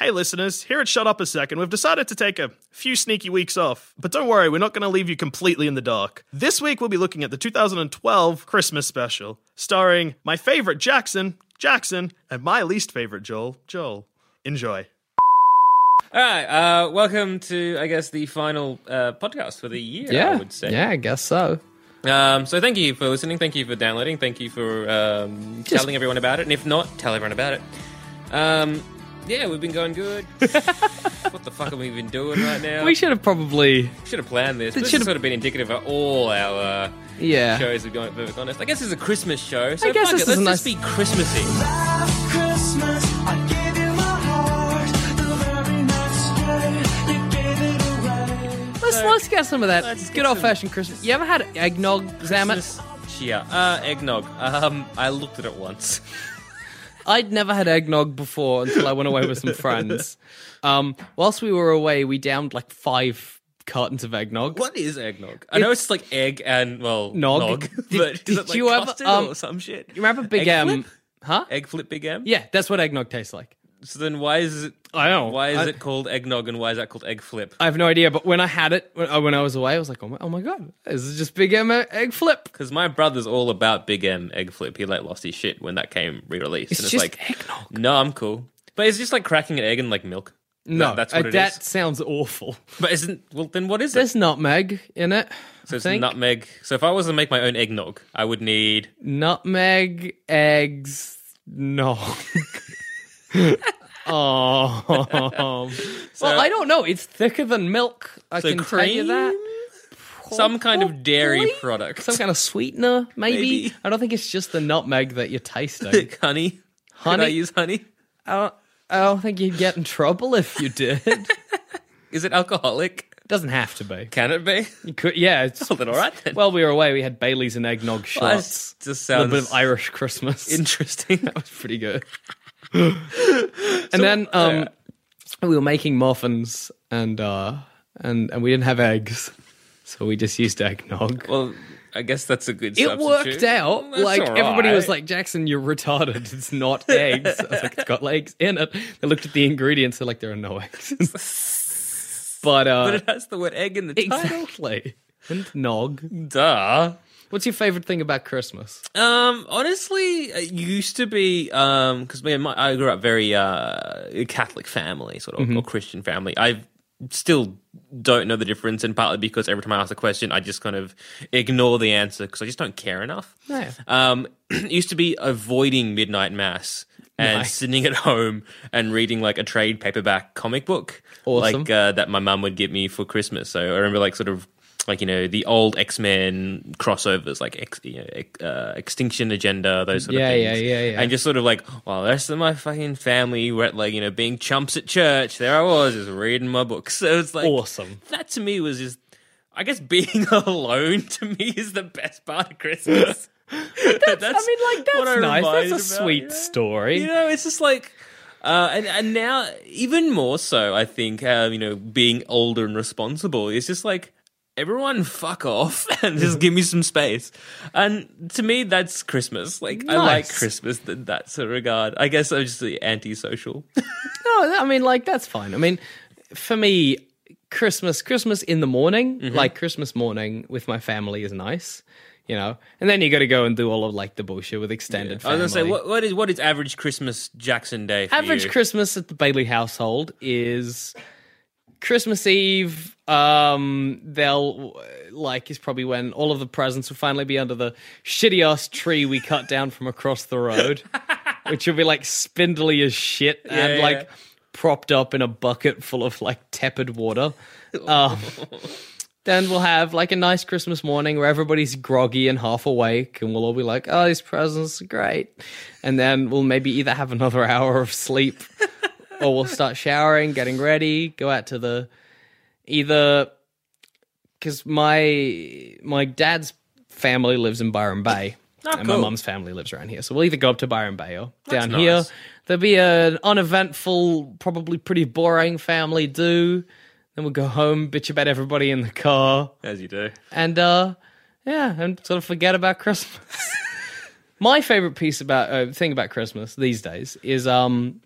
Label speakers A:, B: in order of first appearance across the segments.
A: Hey listeners, here at Shut Up a Second, we've decided to take a few sneaky weeks off. But don't worry, we're not going to leave you completely in the dark. This week we'll be looking at the 2012 Christmas special, starring my favorite Jackson, Jackson, and my least favorite Joel, Joel. Enjoy.
B: All right, uh, welcome to, I guess, the final uh, podcast for the year,
C: Yeah,
B: I would say.
C: yeah, I guess so.
B: Um, so thank you for listening. Thank you for downloading. Thank you for um, telling everyone about it. And if not, tell everyone about it. Um, yeah, we've been going good. what the fuck have we been doing right now?
C: We should have probably,
B: should have planned this.
C: It
B: This has
C: should've-
B: sort of been indicative of all our uh,
C: yeah.
B: shows we've gone with Honest. I guess it's a Christmas show, so
C: I guess
B: fuck
C: this
B: it, let's
C: is a
B: just be Christmassy.
C: Let's let's get some of that
B: let's get
C: good old fashioned Christmas. You ever had eggnog, Zamet?
B: Christmas cheer. Uh, eggnog. Um, I looked at it once.
C: I'd never had eggnog before until I went away with some friends. Um, whilst we were away, we downed like five cartons of eggnog.
B: What is eggnog? I know it's, like egg and well,
C: Nog. Did-
B: but is
C: did
B: it like
C: you ever-
B: custard
C: um,
B: or some shit?
C: You remember Big
B: egg
C: M?
B: Flip?
C: Huh?
B: Egg flip big M.
C: Yeah, that's what eggnog tastes like.
B: So then why is it?
C: I know.
B: Why is
C: I-
B: it called eggnog and why is that called egg flip?
C: I have no idea, but when I had it, when, uh, when I was away, I was like, oh my, oh my god, this is just Big M e- egg flip.
B: Because my brother's all about big M egg flip. He like lost his shit when that came re released,
C: It's
B: and it's
C: just
B: like
C: eggnog.
B: no, I'm cool. But it's just like cracking an egg and like milk.
C: No,
B: That- that's
C: uh,
B: what it is.
C: that sounds awful.
B: But isn't well then what is it?
C: There's nutmeg in it.
B: So
C: I
B: it's
C: think.
B: nutmeg. So if I was to make my own eggnog, I would need
C: Nutmeg, eggs, no. oh. well, I don't know. It's thicker than milk. I
B: So
C: can tell you that.
B: some kind of dairy
C: Probably.
B: product,
C: Some kind of sweetener, maybe.
B: Maybe.
C: I don't think it's just the nutmeg that you're tasting.
B: honey. Honey,
C: Honey?
B: I use honey?
C: I, don't, I don't think you'd get in trouble if you did.
B: Is it alcoholic?
C: Doesn't have to be.
B: Can it be?
C: You could, yeah. It's,
B: Well, then all right then.
C: Well, we were away. We had Bailey's and eggnog
B: Well, that
C: shots.
B: just
C: a little bit
B: sounds
C: of Irish Christmas.
B: Interesting.
C: That was pretty good. and then um, we were making muffins and uh, and and we didn't have eggs, so we just used eggnog.
B: well, I guess that's a good.
C: it
B: substitute.
C: worked out.
B: That's
C: like
B: all
C: everybody was
B: right.
C: like, "Jackson, you're retarded. It's not eggs." I was like, "It's got eggs in it." They looked at the ingredients. They're like, "There are no eggs." but
B: but
C: uh,
B: it has the word egg in the title.
C: exactly. And nog.
B: Duh.
C: What's your favorite thing about Christmas?
B: Um, honestly, it used to be um because man, my, I grew up very uh Catholic family, sort of
C: Mm-hmm.
B: or Christian family. I still don't know the difference, and partly because every time I ask a question, I just kind of ignore the answer because I just don't care enough.
C: Yeah.
B: Um, it used to be avoiding midnight mass. And
C: Nice.
B: sitting at home and reading like a trade paperback comic book,
C: Awesome.
B: like uh, that my mum would get me for Christmas. So I remember like sort of like you know the old X Men crossovers, like ex, you know, ex, uh, Extinction Agenda, those sort
C: Yeah,
B: of
C: yeah,
B: things.
C: yeah, yeah.
B: And just sort of like, well, the rest of my fucking family were at like you know being chumps at church. There I was, just reading my books. So it's like
C: Awesome.
B: That to me was just. I guess being alone to me is the best part of Christmas. that's,
C: I mean, like
B: what
C: that's
B: I
C: nice.
B: remind
C: That's a
B: about,
C: sweet
B: yeah.
C: story.
B: You know, it's just like, uh, and and now even more so, I think, um, you know, being older and responsible, it's just like everyone fuck off and just give me some space. And to me, that's Christmas. Like I like
C: Nice.
B: Christmas in that sort of regard. I guess I'm just the antisocial.
C: No, I mean, like that's fine. I mean, for me,
B: Mm-hmm.
C: Christmas, Christmas in the morning, like Christmas morning with my family is nice you know. And then you got to go and do all of like the bullshit with extended
B: I was
C: family.
B: gonna say, what, what is what is average Christmas Jackson Day? For
C: Average
B: you?
C: Christmas at the Bailey household is Christmas Eve. Um, they'll like is probably when all of the presents will finally be under the shitty ass tree we cut down from across the road, which will be like spindly as shit and
B: yeah.
C: like propped up in a bucket full of like tepid water. Um, then we'll have like a nice Christmas morning where everybody's groggy and half awake, and we'll all be like, "Oh, these presents are great," and then we'll maybe either have another hour of sleep, or we'll start showering, getting ready, go out to the either because my my dad's family lives in Byron Bay, and my
B: Ah, cool.
C: mum's family lives around here, so we'll either go up to Byron Bay or down
B: nice.
C: here. There'll be an uneventful, probably pretty boring family do. Then we'll go home, bitch about everybody in the car,
B: as you do.
C: and uh, yeah, and sort of forget about Christmas. My favorite piece about uh, thing about Christmas these days is um,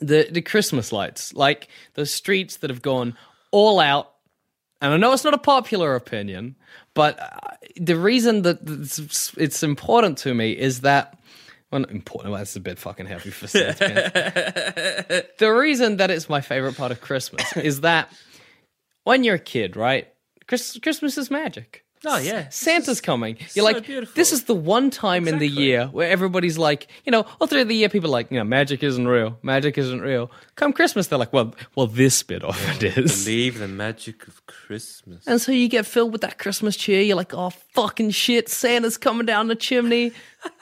C: the the Christmas lights, like those streets that have gone all out. And I know it's not a popular opinion, but uh, the reason that it's, it's important to me is that. Well, not important. Well, that's a bit fucking heavy for Saints fans. the reason that it's my favorite part of Christmas is that when you're a kid, right? Chris, Christmas is magic.
B: Oh, yeah.
C: Santa's coming. You're
B: so
C: like,
B: beautiful.
C: this is the one time in the
B: Exactly.
C: year where everybody's like, you know, all through the year people are like, you know, magic isn't real, magic isn't real. Come Christmas, they're like, well, well, this bit of it is.
B: Believe the magic of Christmas.
C: And so you get filled with that Christmas cheer. You're like, oh, fucking shit, Santa's coming down the chimney.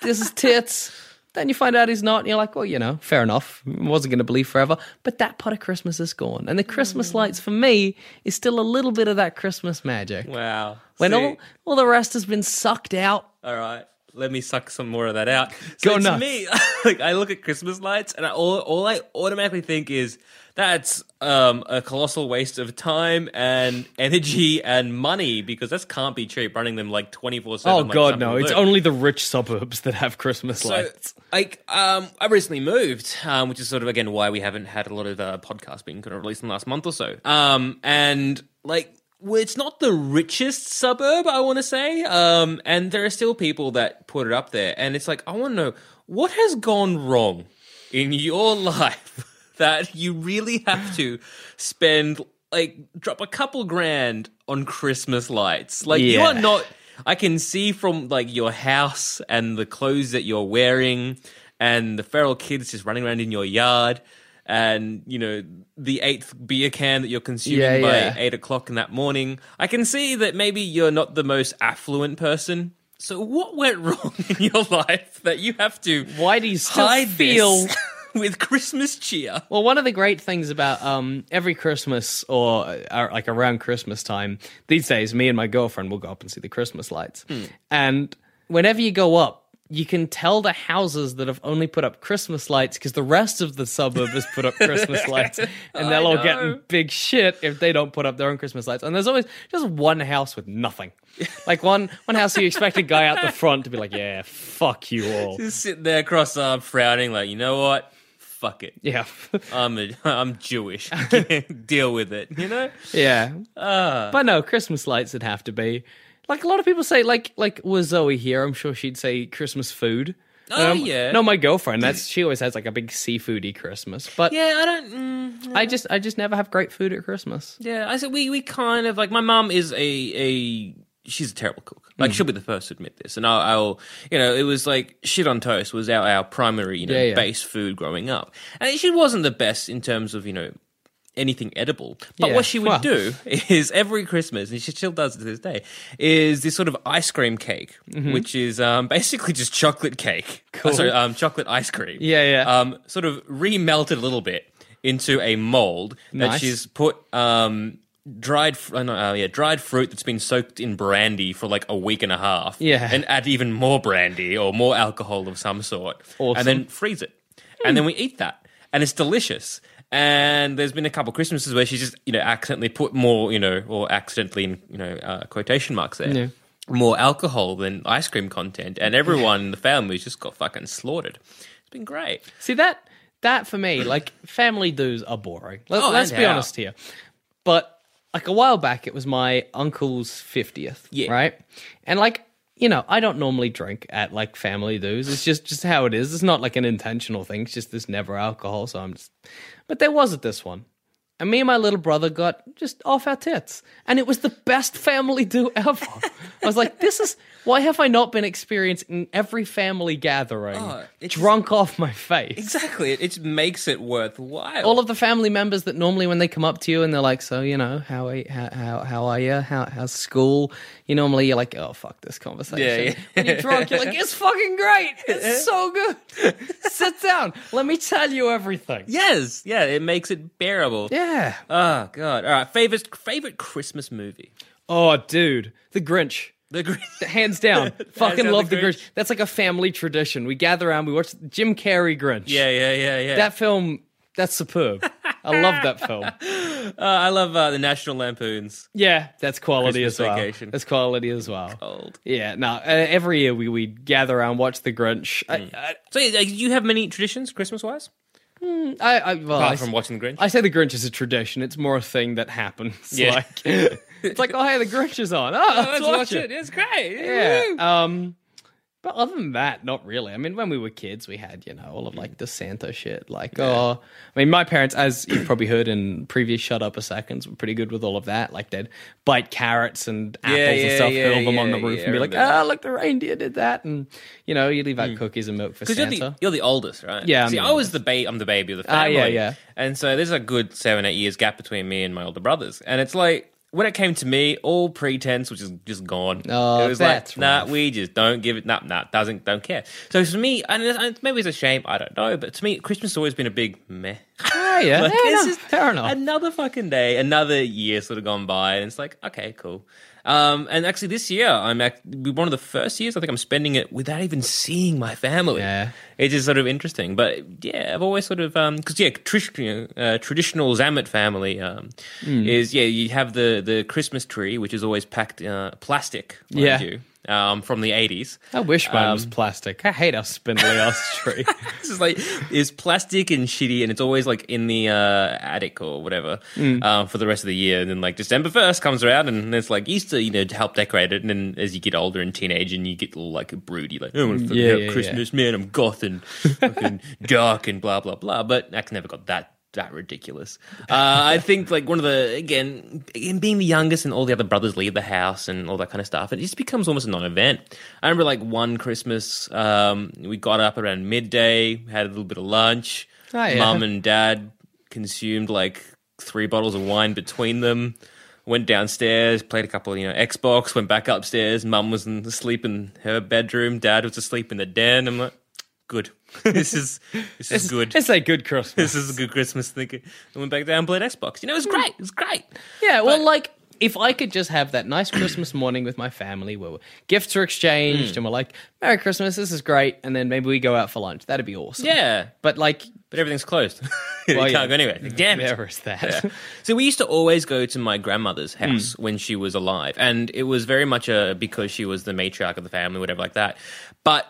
C: This is tits. then you find out he's not, and you're like, well, you know, fair enough. Wasn't going to believe forever. But that part of Christmas is gone. And the
B: Mm.
C: Christmas lights for me is still a little bit of that Christmas magic.
B: Wow.
C: when
B: See,
C: all, all the rest has been sucked out.
B: all right, let me suck some more of that out.
C: Go
B: So to
C: nuts.
B: me, like I look at Christmas lights, and I, all all I automatically think is that's um, a colossal waste of time and energy and money because that can't be cheap running them like twenty four seven.
C: Oh, God, no. It's only the rich suburbs that have Christmas
B: So,
C: lights.
B: like, um, I recently moved, um, which is sort of again why we haven't had a lot of uh, podcasts being kind of released in the last month or so. Um, and like, well, it's not the richest suburb, I want to say. Um, and there are still people that put it up there, and it's like, I want to know what has gone wrong in your life that you really have to spend like drop a couple grand on Christmas lights. Like you are
C: Yeah.
B: not I can see from like your house and the clothes that you're wearing and the feral kids just running around in your yard and you know the eighth beer can that you're consuming
C: Yeah,
B: by
C: yeah.
B: eight o'clock in that morning. I can see that maybe you're not the most affluent person. So what went wrong in your life that you have to
C: Why do you still
B: hide
C: feel-
B: this with Christmas cheer?
C: Well, one of the great things about um, every Christmas or uh, like around Christmas time these days, me and my girlfriend will go up and see the Christmas lights. And whenever you go up, you can tell the houses that have only put up Christmas lights because the rest of the suburb has put up Christmas lights, and they'll all get in big shit if they don't put up their own Christmas lights. And there's always just one house with nothing. Like one one house, you expect a guy out the front to be like, "Yeah, fuck you all."
B: Just sitting there cross-armed, frowning, like you know what? Fuck it.
C: Yeah,
B: I'm a, I'm Jewish. Deal with it. You know.
C: Yeah.
B: Ah.
C: but no, Christmas lights would have to be. Like a lot of people say, like like was Zoe here? I'm sure she'd say Christmas food.
B: Oh,
C: Um,
B: yeah.
C: No, my girlfriend. That's she always has like a big seafoody Christmas. But
B: Yeah, I don't. Mm,
C: I just I just never have great food at Christmas.
B: yeah, I said we we kind of like my mum is a a she's a terrible cook.
C: Mm.
B: Like she'll be the first to admit this, and I'll, I'll you know it was like shit on toast was our our primary you know
C: Yeah, yeah.
B: base food growing up, and she wasn't the best in terms of you know anything edible. But
C: Yeah,
B: what she would
C: well.
B: do is every Christmas, and she still does it to this day, is this sort of ice cream cake,
C: Mm-hmm.
B: which is um, basically just chocolate cake. Uh, sorry, um, chocolate ice cream.
C: Yeah, yeah.
B: Um, sort of remelted a little bit into a mold that
C: Nice.
B: she's put. Um, Dried, fr- uh, no, uh, yeah, dried fruit that's been soaked in brandy for like a week and a half,
C: Yeah.
B: and add even more brandy or more alcohol of some sort,
C: Awesome.
B: and then freeze it. And then we eat that. And it's delicious. And there's been a couple Christmases where she's just, you know, accidentally put more, you know, or accidentally in, you know, uh, quotation marks there,
C: Yeah.
B: more alcohol than ice cream content. And everyone in the family's just got fucking slaughtered. It's been great.
C: See that that for me, like family dues are boring. Let,
B: Oh,
C: let's
B: and
C: be
B: how.
C: honest here. But like a while back, it was my uncle's fiftieth,
B: Yeah.
C: right? And like you know, I don't normally drink at like family do's. It's just just how it is. It's not like an intentional thing. It's just there's never alcohol, so I'm just. But there was at this one, and me and my little brother got just off our tits, and it was the best family do ever. I was like, this is why have I not been experiencing every family gathering
B: Oh, it's-
C: drunk off my face?
B: Exactly. It, it makes it worthwhile.
C: all of the family members that normally when they come up to you and they're like, so you know, how are you, how, how how are you? How how's school? You normally you're like, oh fuck this conversation.
B: Yeah, yeah.
C: When you're drunk, you're like, it's fucking great. It's so good. Sit down. Let me tell you everything.
B: yes. Yeah. It makes it bearable.
C: Yeah.
B: Oh god. All right. Favorite favorite Christmas movie.
C: Oh, dude, the Grinch.
B: The Grinch.
C: Hands down, fucking
B: down,
C: love
B: The
C: the Grinch.
B: Grinch.
C: That's like a family tradition. We gather around, we watch Jim Carrey Grinch.
B: Yeah. Yeah. Yeah. Yeah.
C: that film, that's superb. I love that film.
B: Uh, I love uh, the National Lampoons.
C: Yeah, that's quality
B: Christmas
C: as well.
B: vacation.
C: That's quality as well.
B: Old.
C: Yeah, no. Uh, every year we we gather around, watch The Grinch. I,
B: So yeah, like, you have many traditions Christmas wise,
C: I, I, I well,
B: Mm.
C: I,
B: apart from watching the Grinch.
C: I say The Grinch is a tradition. It's more a thing that happens.
B: Yeah.
C: Like, it's like, oh hey, The Grinch is on. Oh, let's, watch, it.
B: It's great.
C: Yeah. Um, but other than that, not really. I mean, when we were kids, we had you know all of like the Santa shit. Like, oh, I mean, my parents, as you've probably heard in previous shut up a seconds, were pretty good with all of that. Like, they'd bite carrots and apples and
B: yeah,
C: stuff,
B: yeah,
C: hurl them on
B: yeah,
C: the roof,
B: yeah, I
C: and be like,
B: remember
C: ah, look, the reindeer did that, and you know, you leave out cookies and milk for
B: Because you're the,
C: Santa.
B: you're the oldest, right?
C: Yeah, I'm
B: See,
C: the
B: I was the baby. I'm the baby of the
C: Ah,
B: family.
C: yeah, yeah.
B: And so there's a good seven, eight years gap between me and my older brothers. And it's like when it came to me, all pretense was just, just gone.
C: Oh,
B: it was
C: that's
B: like, nah,
C: rough.
B: we just don't give it. Nah, nah, doesn't don't care. So for me, and it's- and maybe it's a shame. I don't know. But to me, Christmas has always been a big meh.
C: Ah, yeah,
B: Like,
C: yeah,
B: it's
C: no,
B: just
C: fair enough.
B: Another fucking day, another year sort of gone by, and it's like, okay, cool. Um, and actually, this year I'm act- one of the first years I think I'm spending it without even seeing my family.
C: Yeah.
B: it is sort of interesting, but yeah, I've always sort of because yeah, trish, you know, uh, traditional Zamet family um,
C: Hmm.
B: is yeah, you have the the Christmas tree which is always packed uh, plastic, mind
C: Yeah.
B: you, um, from the eighties.
C: I wish mine
B: Um,
C: was plastic. I hate our spindly ass tree.
B: It's just like it's plastic and shitty, and it's always like in the uh, attic or whatever
C: Mm.
B: uh, for the rest of the year. And then like December first comes around, and it's like Easter, you know, to help decorate it. And then as you get older and teenage, and you get all like broody, like oh, I fucking
C: Mm. Yeah,
B: hate
C: yeah,
B: Christmas, man, I'm goth and fucking dark and blah blah blah. But I never got that. That ridiculous. Uh, I think like one of the again, again being the youngest and all the other brothers leave the house and all that kind of stuff, it just becomes almost a non-event. I remember like one Christmas, um, we got up around midday, had a little bit of lunch.
C: Oh, yeah.
B: Mum and dad consumed like three bottles of wine between them. Went downstairs, played a couple, you know, Xbox. Went back upstairs. Mum was in- asleep in her bedroom. Dad was asleep in the den. I'm like, good. This is this is good.
C: it's a good Christmas.
B: This is a good Christmas thinking. I went back down and played Xbox. You know, it was great. It was great.
C: Yeah, well, like if I could just have that nice Christmas morning with my family where gifts are exchanged and we're like, "Merry Christmas, this is great," and then maybe we go out for lunch. That'd be awesome.
B: Yeah,
C: but like,
B: but everything's closed. you
C: Well,
B: can't
C: yeah.
B: go anywhere. Damn it.
C: there is that.
B: So we used to always go to my grandmother's
C: Hmm.
B: house when she was alive, and it was very much a because she was the matriarch of the family, whatever like that. But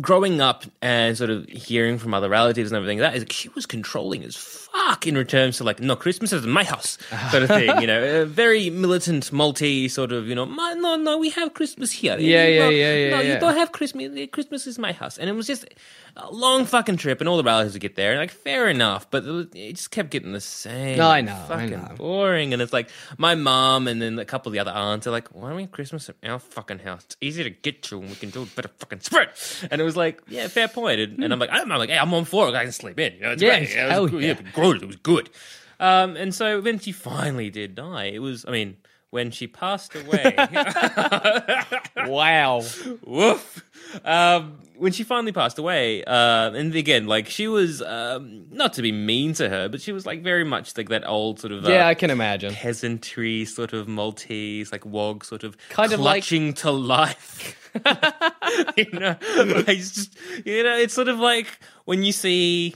B: growing up and sort of hearing from other relatives and everything like that is like she was controlling as fuck in terms to like no Christmas is my house sort of thing you know a very militant multi sort of you know my, no no we have Christmas here
C: Yeah,
B: You
C: yeah,
B: know,
C: yeah, yeah,
B: no
C: yeah.
B: you don't have Christmas Christmas is my house and it was just a long fucking trip and all the relatives would get there and like fair enough but it was- it just kept getting the same
C: No, I know, I
B: fucking
C: know.
B: boring. And it's like my mom and then a couple of the other aunts are like, why don't we have Christmas at our fucking house? It's easy to get to and we can do a better fucking spread. And it was like, yeah, fair point. And, and I'm like, I'm, I'm like, hey, I'm on four. I can sleep in. You know, it's
C: Yeah,
B: great. It
C: hell
B: was, good.
C: yeah.
B: Yeah, it was good. It was good. Um, and so when she finally did die, it was, I mean, when she passed away,
C: wow.
B: woof. Um, when she finally passed away, uh, and again, like she was um, not to be mean to her, but she was like very much like that old sort of uh,
C: Yeah, I can imagine.
B: peasantry sort of Maltese, like wog sort of
C: Kind of like-
B: clutching to life. you know, like, it's just you know, it's sort of like when you see,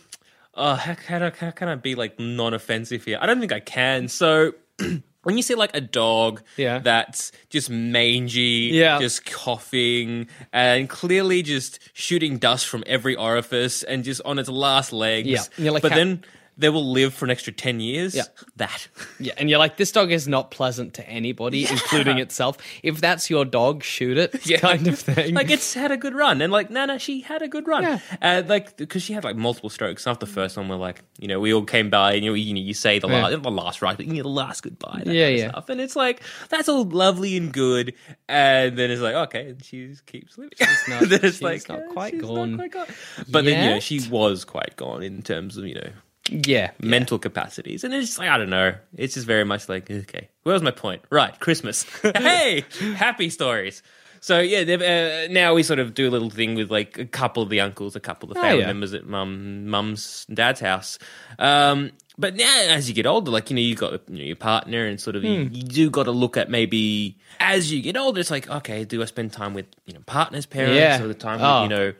B: oh, how, how, do- how can I be like non-offensive here? I don't think I can. So. When you see like a dog
C: Yeah.
B: that's just mangy,
C: Yeah.
B: just coughing, and clearly just shooting dust from every orifice, and just on its last legs,
C: Yeah. And you're like,
B: but
C: how-
B: then they will live for an extra 10 years.
C: Yeah.
B: That.
C: Yeah, and you're like, this dog is not pleasant to anybody, including itself. If that's your dog, shoot it, kind of thing.
B: like, it's had a good run. And, like, Nana, she had a good run.
C: Yeah. Mm.
B: Uh, like, because she had, like, multiple strokes. After the first one, we're like, you know, we all came by and, you know, you, know, you say the,
C: Yeah.
B: last, the last right, but you know, the last goodbye. That
C: Yeah,
B: kind of
C: yeah.
B: Stuff. And it's like, that's all lovely and good. And then it's like, okay, she just keeps living.
C: not-
B: Then it's
C: she's
B: like,
C: not
B: uh,
C: quite
B: she's not
C: gone
B: quite gone. But then, you know,
C: yet.
B: she was quite gone in terms of, you know,
C: yeah,
B: mental capacities. And it's just like, I don't know. It's just very much like, okay, where's my point? Right, Christmas. hey, happy stories. So yeah, they've, uh, now we sort of do a little thing with like a couple of the uncles, a couple of the
C: Oh,
B: family
C: yeah.
B: members at mum, mum's, and dad's house. Um, but now, as you get older, like you know, you've got you know, your partner, and sort of you,
C: Hmm.
B: you do got to look at maybe as you get older, it's like okay, do I spend time with you know partners, parents,
C: Yeah.
B: or the time
C: Oh.
B: with you know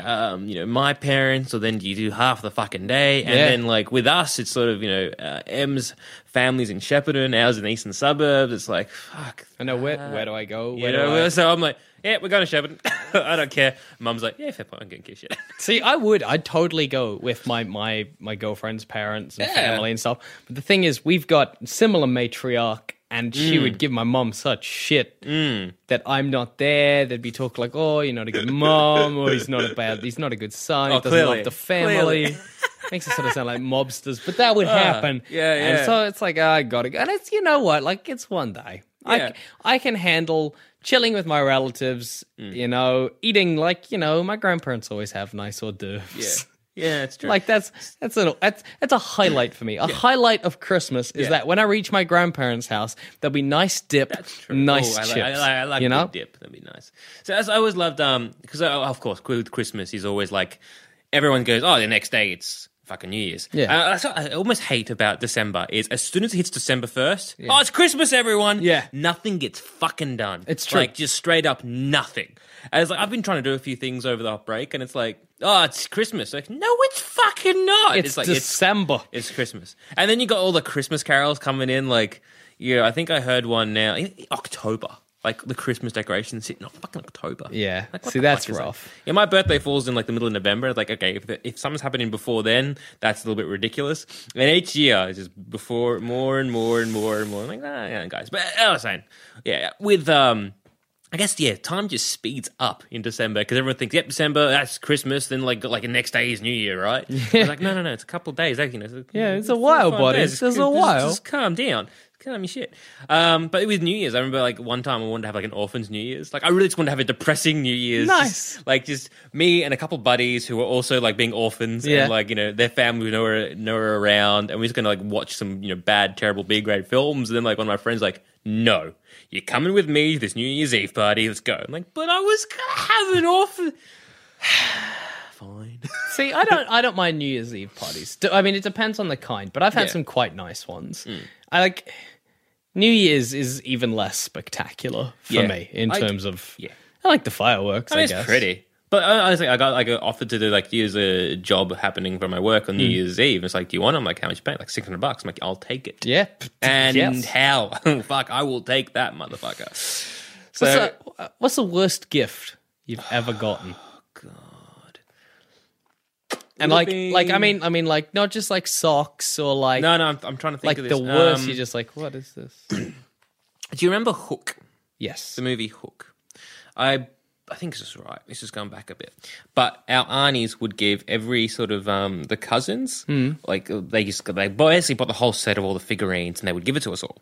B: um, you know, my parents, or then you do half the fucking day. And
C: Yeah.
B: then, like, with us, it's sort of, you know, uh, M's family's in Shepparton, ours in the eastern suburbs. It's like, fuck.
C: I know where where do I go?
B: You
C: Where do
B: know,
C: I...
B: so I'm like, yeah, we're going to Shepparton. I don't care. Mum's like, yeah, fair point. I'm going to kiss you.
C: See, I would, I'd totally go with my my my girlfriend's parents and
B: Yeah.
C: family and stuff. But the thing is, we've got similar matriarch, and she
B: Mm.
C: would give my mum such shit that I'm not there. There'd be talk like, "Oh, you're not a good mum," or "He's not a bad, he's not a good son.
B: Oh,
C: he doesn't
B: clearly.
C: love the family."
B: Clearly. Ah,
C: Makes us sort of sound like mobsters, but that would happen.
B: yeah, yeah.
C: And so it's like, "Ah, I gotta go. And it's, you know what? Like, it's one day. I
B: Yeah.
C: c I I, can handle chilling with my relatives,
B: Mm.
C: you know, eating like, you know, my grandparents always have nice hors d'oeuvres.
B: yeah, it's true.
C: Like that's that's a that's that's a highlight for me. A highlight of Christmas is
B: Yeah.
C: that when I reach my grandparents' house, there'll be nice dip, nice
B: Ooh, Oh, I
C: chips.
B: Like, I, like, I like
C: you
B: good
C: know,
B: dip. That'd be nice. So as I always loved, um, because of course with Christmas is always like everyone goes, oh, the next day it's fucking New Year's.
C: Yeah.
B: Uh, that's what I almost hate about December is as soon as it hits December first, oh, it's Christmas, everyone.
C: Yeah.
B: nothing gets fucking done.
C: It's true.
B: Like just straight up nothing. And it's like I've been trying to do a few things over the break, and it's like, oh, it's Christmas. Like, no, it's fucking not.
C: it's,
B: like it's
C: December.
B: it's Christmas. And then you got all the Christmas carols coming in. Like, yeah, I think I heard one now in October. Like the Christmas decorations sitting on fucking October.
C: Yeah.
B: Like, what
C: See,
B: the fuck
C: that's
B: is that?
C: rough.
B: Yeah, my birthday falls in like the middle of November. It's like, okay, if, the, if something's happening before then, that's a little bit ridiculous. And each year, it's just before more and more and more and more. I'm like, nah, yeah, guys. But I was saying, yeah, with um, I guess yeah, time just speeds up in December because everyone thinks, yep, December, that's Christmas. Then like, like the next day is New Year, right? It's like, no, no, no, it's a couple of days. Like, you know, it's a-
C: Yeah, it's a
B: four or
C: while,
B: five
C: buddy.
B: days.
C: It's a while.
B: Just calm down. Calm your shit. Um, but with New Year's, I remember like one time I wanted to have like an orphans New Year's. Like I really just wanted to have a depressing New Year's.
C: Nice.
B: Just, like just me and a couple buddies who were also like being orphans
C: Yeah.
B: and like you know their family were nowhere, nowhere around, and we're just gonna like watch some you know bad, terrible B grade films. And then like one of my friends like, no, you're coming with me to this New Year's Eve party. Let's go. I'm like, but I was gonna have an orphan. Fine.
C: See, I don't, I don't mind New Year's Eve parties. D- I mean, it depends on the kind, but I've had
B: Yeah. Mm.
C: some quite nice ones. I like New Year's is even less spectacular for
B: Yeah.
C: me in
B: I-
C: terms of.
B: yeah.
C: I like the fireworks. I,
B: I mean,
C: guess.
B: it's pretty. But uh, honestly, I got like offered to do like use a job happening for my work
C: Hmm.
B: on New Year's Eve. It's like, do you want? it?" I'm like, how much you pay? Like six hundred bucks. I'm like, I'll take it.
C: Yeah.
B: And
C: Yes.
B: how? Fuck, I will take that motherfucker. So
C: What's, the, what's the worst gift
B: Oh,
C: you've ever gotten? And like,
B: Whoopee.
C: like I mean, I mean, like not just like socks or like,
B: no, no, I'm, I'm trying to think
C: like
B: of
C: the
B: this.
C: worst.
B: Um,
C: you're just like, what is this?
B: do you remember Hook?
C: yes,
B: the movie Hook. I I think this is right. This is going back a bit, but our aunties would give every sort of um, the cousins
C: Hmm.
B: like they just they basically bought the whole set of all the figurines and they would give it to us all.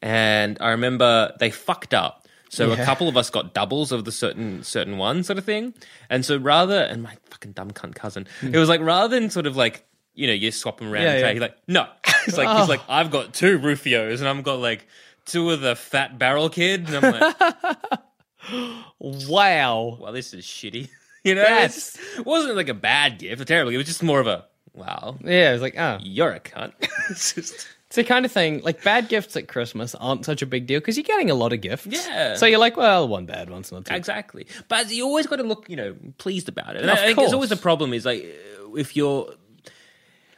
B: And I remember they fucked up. So a couple of us got doubles of the certain certain one sort of thing, and so rather and my fucking dumb cunt cousin, it was like rather than sort of like you know you swap them around,
C: Hmm. Yeah,
B: and
C: yeah. Oh.
B: say, he's like no, it's like he's like I've got two Rufios and I've got like two of the fat barrel kid, and I'm like
C: wow.
B: well, this is shitty. You know,
C: Yes.
B: It's- it wasn't like a bad gift, a terrible gift. It was just more of a, wow,
C: Yeah, it's like, oh,
B: you're a cunt. It's just-
C: it's the kind of thing. Like bad gifts at Christmas aren't such a big deal because you're getting a lot of gifts.
B: Yeah.
C: so you're like, well, one bad one's not too.
B: exactly. But you always got to look, you know, pleased about it. And
C: Of
B: I think
C: course.
B: it's always the problem is like, uh, if you're.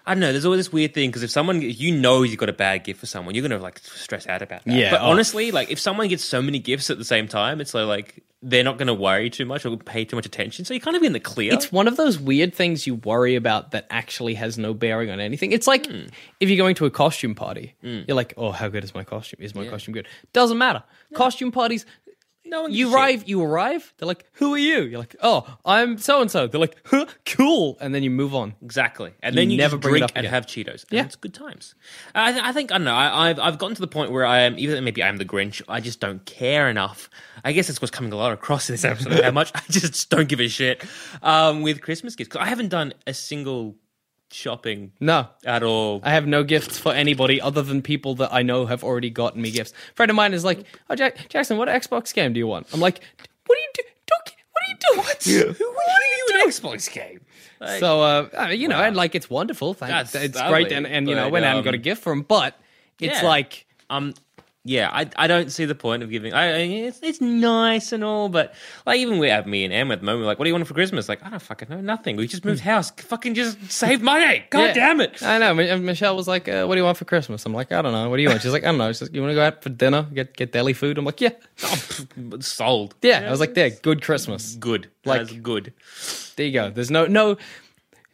B: I don't know. There's always this weird thing because if someone if you know you've got a bad gift for someone, you're gonna like stress out about that.
C: Yeah,
B: But
C: oh.
B: honestly, like if someone gets so many gifts at the same time, it's like, like they're not gonna worry too much or pay too much attention. So you kind of be in the clear.
C: It's one of those weird things you worry about that actually has no bearing on anything. It's like
B: Hmm.
C: if you're going to a costume party, you're like, "Oh, how good is my costume? Is my costume good?" Doesn't matter. Costume parties,
B: no one gives a
C: you
B: shit.
C: arrive, you arrive. They're like, "Who are you?" You're like, "Oh, I'm so and so." They're like, "Huh, cool," and then you move on.
B: Exactly, and
C: You
B: then you
C: never
B: just
C: bring it
B: drink
C: up
B: and
C: again.
B: have Cheetos. And
C: Yeah.
B: it's good times. Uh, I, th- I think I don't know. I, I've I've gotten to the point where I am even though maybe I'm the Grinch. I just don't care enough. I guess it's what's coming a lot across in this episode. how much I just don't give a shit um, with Christmas gifts 'Cause I haven't done a single shopping
C: No.
B: at all.
C: I have no gifts for anybody other than people that I know have already gotten me gifts. A friend of mine is like, "Oh, Jack- Jackson, what Xbox game do you want?" I'm like, "What are you do? Don't, what are you doing? What? Who what are you doing?"
B: Xbox game.
C: So uh, I mean, you know, and like it's wonderful. Thanks.
B: That's
C: It's
B: lovely,
C: great, and, and you know,
B: but,
C: when I
B: um,
C: got a gift from, but it's
B: yeah.
C: like
B: um yeah I, I don't see the point of giving I, I it's, it's nice and all but like even we have me and Em at the moment like what do you want for Christmas like I don't fucking know nothing we just moved house fucking just save money god
C: yeah.
B: damn it
C: I know. Mi- Michelle was like, uh, "What do you want for Christmas?" I'm like, "I don't know. What do you want?" She's like, "I don't know." She's like, "You want to go out for dinner? Get get deli food?" I'm like, "Yeah,
B: sold
C: yeah." I was like, "There, good Christmas.
B: good
C: Like-
B: like good
C: There you go. There's no no."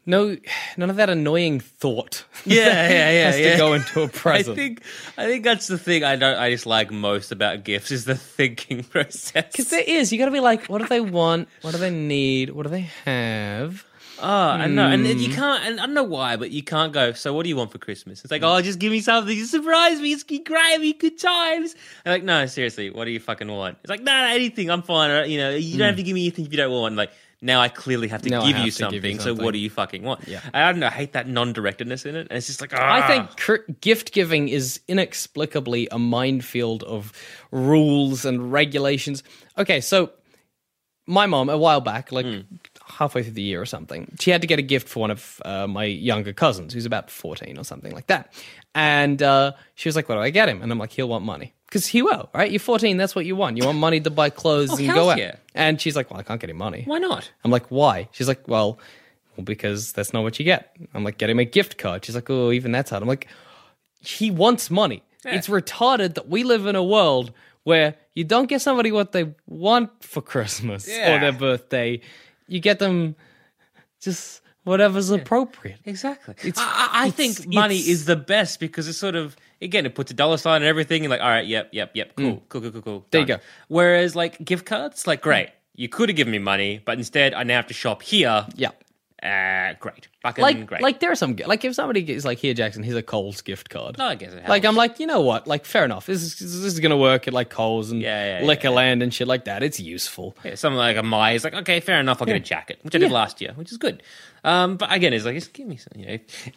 C: No, none of that annoying thought
B: yeah yeah yeah
C: has to go into a
B: I
C: present.
B: think I think that's the thing I don't I dislike most about gifts is the thinking process
C: Because there is, you got to be like, what do they want? What do they need? What do they have?
B: Oh, I know, and
C: Hmm.
B: then you can't. And I don't know why, but you can't go. So, what do you want for Christmas? It's like, oh, just give me something. Just surprise me. It's great. me good times. And like, no, seriously, what do you fucking want? It's like, no, nah, anything. I'm fine. uh, You know, you don't have to give me anything if you don't want. Like, now I clearly have to,
C: Hmm. Now I
B: give,
C: have
B: you
C: to give you
B: something. So,
C: something.
B: what do you fucking want?
C: Yeah.
B: I don't know. I hate that non-directedness in it. And it's just like,
C: I
B: ah.
C: think cr- gift giving is inexplicably a minefield of rules and regulations. Okay, so my mom a while back, like halfway through the year or something, she had to get a gift for one of uh, my younger cousins who's about fourteen or something like that, and uh, she was like, "What do I get him?" And I'm like, "He'll want money." Because he will, right? You're 14, that's what you want. You want money to buy clothes and
B: Oh, hell
C: go out.
B: yeah.
C: And she's like, Well, I can't get him money.
B: Why not?
C: I'm like, why? She's like, well, well, because that's not what you get. I'm like, get him a gift card. She's like, oh, even that's hard. I'm like, he wants money. It's retarded that we live in a world where you don't get somebody what they want for Christmas or
B: Yeah.
C: their birthday. You get them just whatever's appropriate.
B: Exactly. I, I I think
C: it's-
B: money
C: it's-
B: is the best because it's sort of again it puts a dollar sign and everything and like all right, yep, yep, yep, cool, cool, cool, cool, cool.
C: Mm. There you
B: done.
C: go. Mm.
B: Whereas like gift cards, like great, you could have given me money, but instead I now have to shop here.
C: Yeah.
B: Uh, great, fucking
C: Like,
B: great.
C: like there are some like if somebody is like here, Jackson, here's a Coles gift card.
B: no, I guess it helps.
C: Like I'm like, you know what? Like fair enough. This is this is gonna work at like Coles and
B: Yeah, yeah, yeah,
C: Liquorland and shit like that. It's useful.
B: Yeah, something like a Mai is like, okay, fair enough, I'll get a jacket, which I did last year, which is good. Um, but again, it's like, just give me some, you know. If,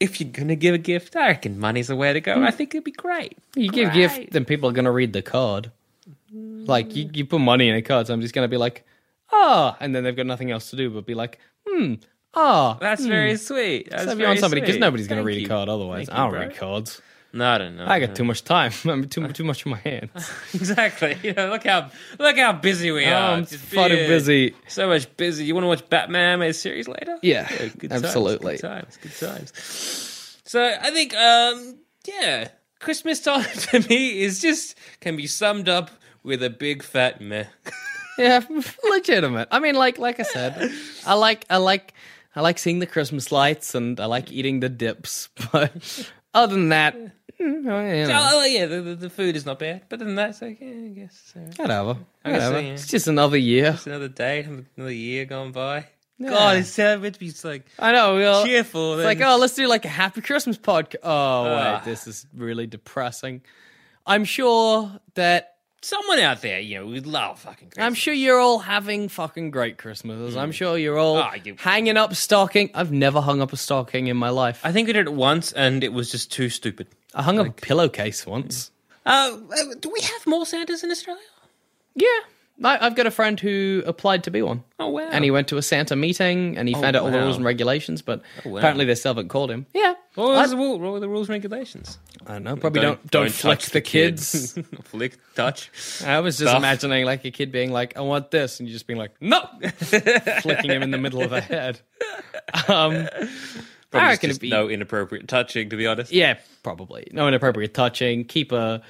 B: if you're gonna give a gift, I reckon money's the way to go. I think it'd be great.
C: Mm. You give gift, then people are gonna read the card. Like you, you put money in a card, so I'm just gonna be like, ah, and then they've got nothing else to do but be like, hmm, ah.
B: That's very sweet. That's
C: Have you
B: very
C: on somebody because
B: sweet.
C: nobody's gonna
B: Thank
C: read
B: you.
C: a card otherwise.
B: Thank you,
C: I don't
B: bro.
C: read cards.
B: No, I don't know.
C: I got too much time. I'm too too much in my hands.
B: Exactly. You know, look how look how busy we are.
C: Oh, I'm
B: Just
C: fucking
B: being
C: busy.
B: So much busy. You want to watch Batman made a series later?
C: Yeah,
B: good
C: absolutely.
B: Times, good times. Good times. So I think, um, yeah, Christmas time to me is just can be summed up with a big fat meh.
C: yeah, legitimate. I mean, like like I said, I like I like I like seeing the Christmas lights and I like eating the dips, but other than that, mm, you know.
B: Oh yeah, the, the, the food is not bad, but then that's like yeah, I guess so.
C: Whatever.
B: I guess so,
C: Whatever.
B: yeah.
C: It's just another year.
B: It's another day, another year gone by. God, it's so meant to be like
C: I know. we all-
B: cheerful.
C: It's like,
B: then-
C: oh, let's do like a happy Christmas podcast. Oh,
B: Ah.
C: wait, this is really depressing. I'm sure that
B: someone out there, you know, we love fucking. Christmas.
C: I'm sure you're all having fucking great Christmases. I'm sure you're all
B: Ah, you-
C: hanging up stocking. I've never hung up a stocking in my life. I,
B: I think we did it once, and it was just too stupid.
C: hung up a pillowcase once.
B: Uh, do we have more Santas in Australia?
C: Yeah. I, I've got a friend who applied to be one.
B: Mm. Oh, wow. Oh,
C: And he went to a Santa meeting and he found out all the
B: wow. Oh,
C: rules and regulations, but
B: wow.
C: apparently they still haven't called him. Yeah.
B: What was the,
C: I-
B: rule, what were the rules and regulations?
C: I don't know. Probably don't don't, flex
B: touch
C: the kids.
B: kid. flick, touch.
C: I was just
B: Stuff.
C: imagining like a kid being like, "I want this," and you just being like, "No," flicking him in the middle of the head. Um,
B: Probably
C: I
B: it's
C: reckon
B: just
C: it'd be-
B: no inappropriate touching, to be honest.
C: Yeah, probably. No inappropriate touching, keep a.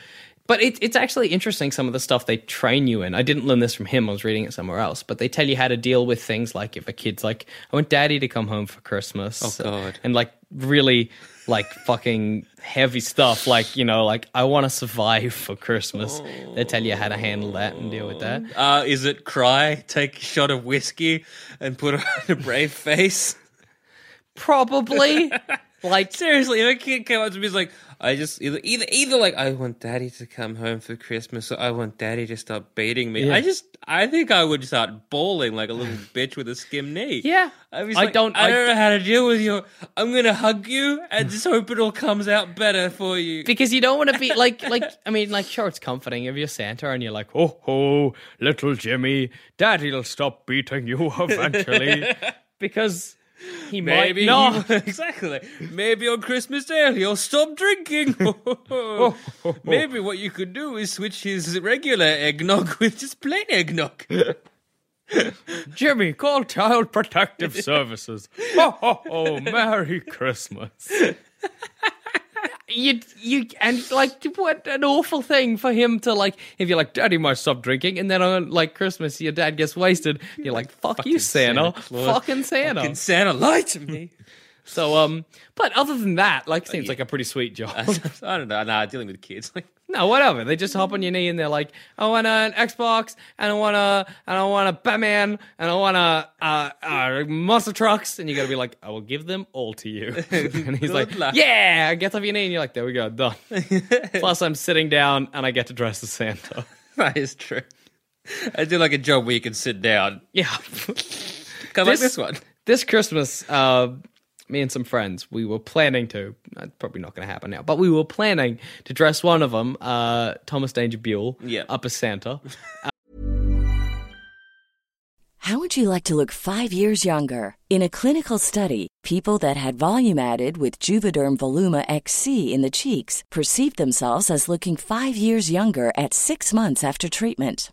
C: But it, it's actually interesting some of the stuff they train you in. I didn't learn this from him, I was reading it somewhere else. But they tell you how to deal with things like if a kid's like, I want daddy to come home for Christmas.
B: Oh, God.
C: And like really like fucking heavy stuff. Like, you know, like I want to survive for Christmas. They tell you how to handle that and deal with that.
B: Uh, is it cry, take a shot of whiskey, and put on a brave face?
C: Probably. like,
B: Seriously, if a kid came up to me, he's like, I just either, either either like I want daddy to come home for Christmas, or I want daddy to stop beating me.
C: Yeah.
B: I just I think I would start bawling like a little bitch with a skim knee.
C: Yeah.
B: I, was
C: I
B: like,
C: don't-
B: I,
C: I-
B: don't know how to deal with you. I'm gonna hug you and just hope it all comes out better for you.
C: because you don't want to be like like I mean like sure it's comforting if you're Santa and you're like ho ho little Jimmy daddy'll stop beating you eventually because he
B: Maybe
C: might not
B: he- exactly. Maybe on Christmas Day he'll stop drinking. Maybe what you could do is switch his regular eggnog with just plain eggnog.
C: Jimmy call child protective services ho ho ho Merry Christmas you you and like what an awful thing for him to like if you're like daddy might stop drinking and then on like Christmas your dad gets wasted you're like fuck you Santa,
B: Claus.
C: fucking Santa
B: Fucking Santa lie to me.
C: So, um, but other than that, like, seems like a pretty sweet job.
B: I don't know. Nah, dealing with kids. Like,
C: no, whatever. They just hop on your knee and they're like, I want an Xbox, and I want a, and I want a Batman, and I want a, uh, uh, monster trucks, and you gotta be like, I will give them all to you. and he's like,
B: luck.
C: Yeah, gets off your knee, and you're like, There we go, done. Plus, I'm sitting down and I get to dress as Santa.
B: that is true. I do like a job where you can sit down.
C: Yeah.
B: Kind of like
C: This-
B: this one.
C: this Christmas, uh, me and some friends, we were planning to. That's probably not going to happen now, but we were planning to dress one of them, uh, Thomas Danger Buell,
B: Yeah.
C: up as Santa.
D: How would you like to look five years younger? In a clinical study, people that had volume added with Juvederm Voluma XC in the cheeks perceived themselves as looking five years younger at six months after treatment.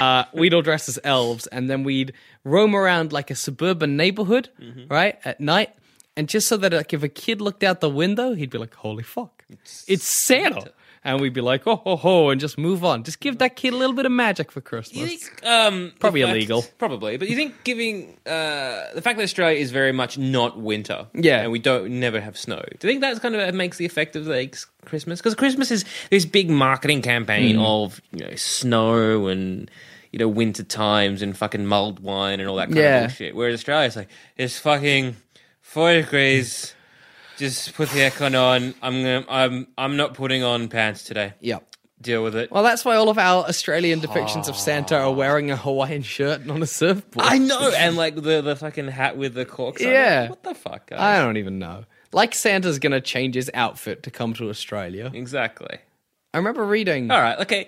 C: Uh, we'd all dress as elves, and then we'd roam around like a suburban neighborhood,
B: Mm-hmm.
C: right, at night. And just so that, like, if a kid looked out the window, he'd be like, "Holy fuck, it's, Santa!" And we'd be like, "Oh ho ho!" and just move on. Just give that kid a little bit of magic for Christmas.
B: You think, um, the
C: Probably
B: fact-
C: illegal.
B: Probably, but you think giving uh, the fact that Australia is very much not winter,
C: Yeah.
B: and we don't never have snow. Do you think that's kind of it makes the effect of like s- Christmas? Because Christmas is this big marketing campaign
C: Mm.
B: of you know snow and you know winter times and fucking mulled wine and all that kind
C: Yeah.
B: of bullshit. Whereas Australia is like it's fucking four degrees. Just put the aircon on. I'm gonna. I'm. I'm not putting on pants today.
C: Yep.
B: Deal with it.
C: Well, that's why all of our Australian depictions of Santa are wearing a Hawaiian shirt and on a surfboard.
B: I know. And like the the fucking hat with the corks. on it.
C: Yeah.
B: What the fuck? Guys?
C: I don't even know. Like Santa's going to change his outfit to come to Australia.
B: exactly.
C: I remember reading.
B: All right. Okay.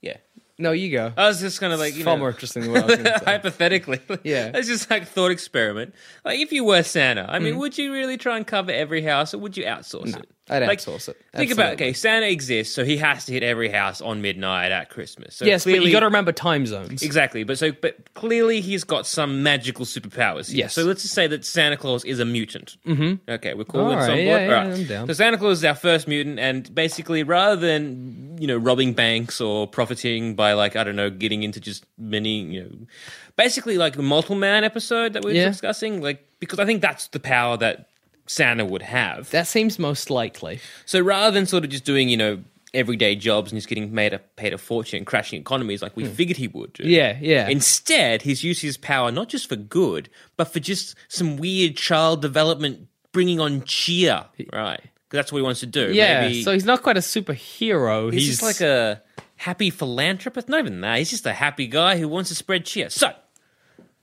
B: Yeah.
C: No, you go.
B: I was just gonna like you
C: Far
B: know,
C: more interesting than what I was going to say.
B: hypothetically.
C: Yeah.
B: It's just like thought experiment. Like if you were Santa, I
C: Mm-hmm.
B: mean, would you really try and cover every house or would you outsource it?
C: I'd
B: Like,
C: outsource it.
B: Think about
C: Absolutely.
B: okay, Santa exists, so he has to hit every house on midnight at Christmas. So
C: Yes, but
B: clearly-
C: you got to remember time zones.
B: Exactly, but so but clearly he's got some magical superpowers. Here.
C: Yes.
B: So let's just say that Santa Claus is a mutant. Mm-hmm. Okay, we're
C: All
B: calling
C: right,
B: some
C: yeah,
B: boy-
C: yeah,
B: all right.
C: I'm down.
B: So Santa Claus is our first mutant, and basically, rather than you know robbing banks or profiting by like I don't know getting into just many you know, basically like the multiple man episode that we were
C: Yeah.
B: discussing, like because I think that's the power that Santa would have.
C: That seems most likely.
B: So rather than sort of just doing, you know, everyday jobs and just getting made a, paid a fortune and crashing economies like we figured he would do.
C: Hmm. Yeah, yeah.
B: Instead, he's used his power not just for good, but for just some weird child development, bringing on cheer. Right. 'Cause that's what he wants to do.
C: Yeah,
B: Maybe
C: so he's not quite a superhero.
B: he's,
C: He's,
B: just like a happy philanthropist. Not even that. He's just a happy guy who wants to spread cheer. So,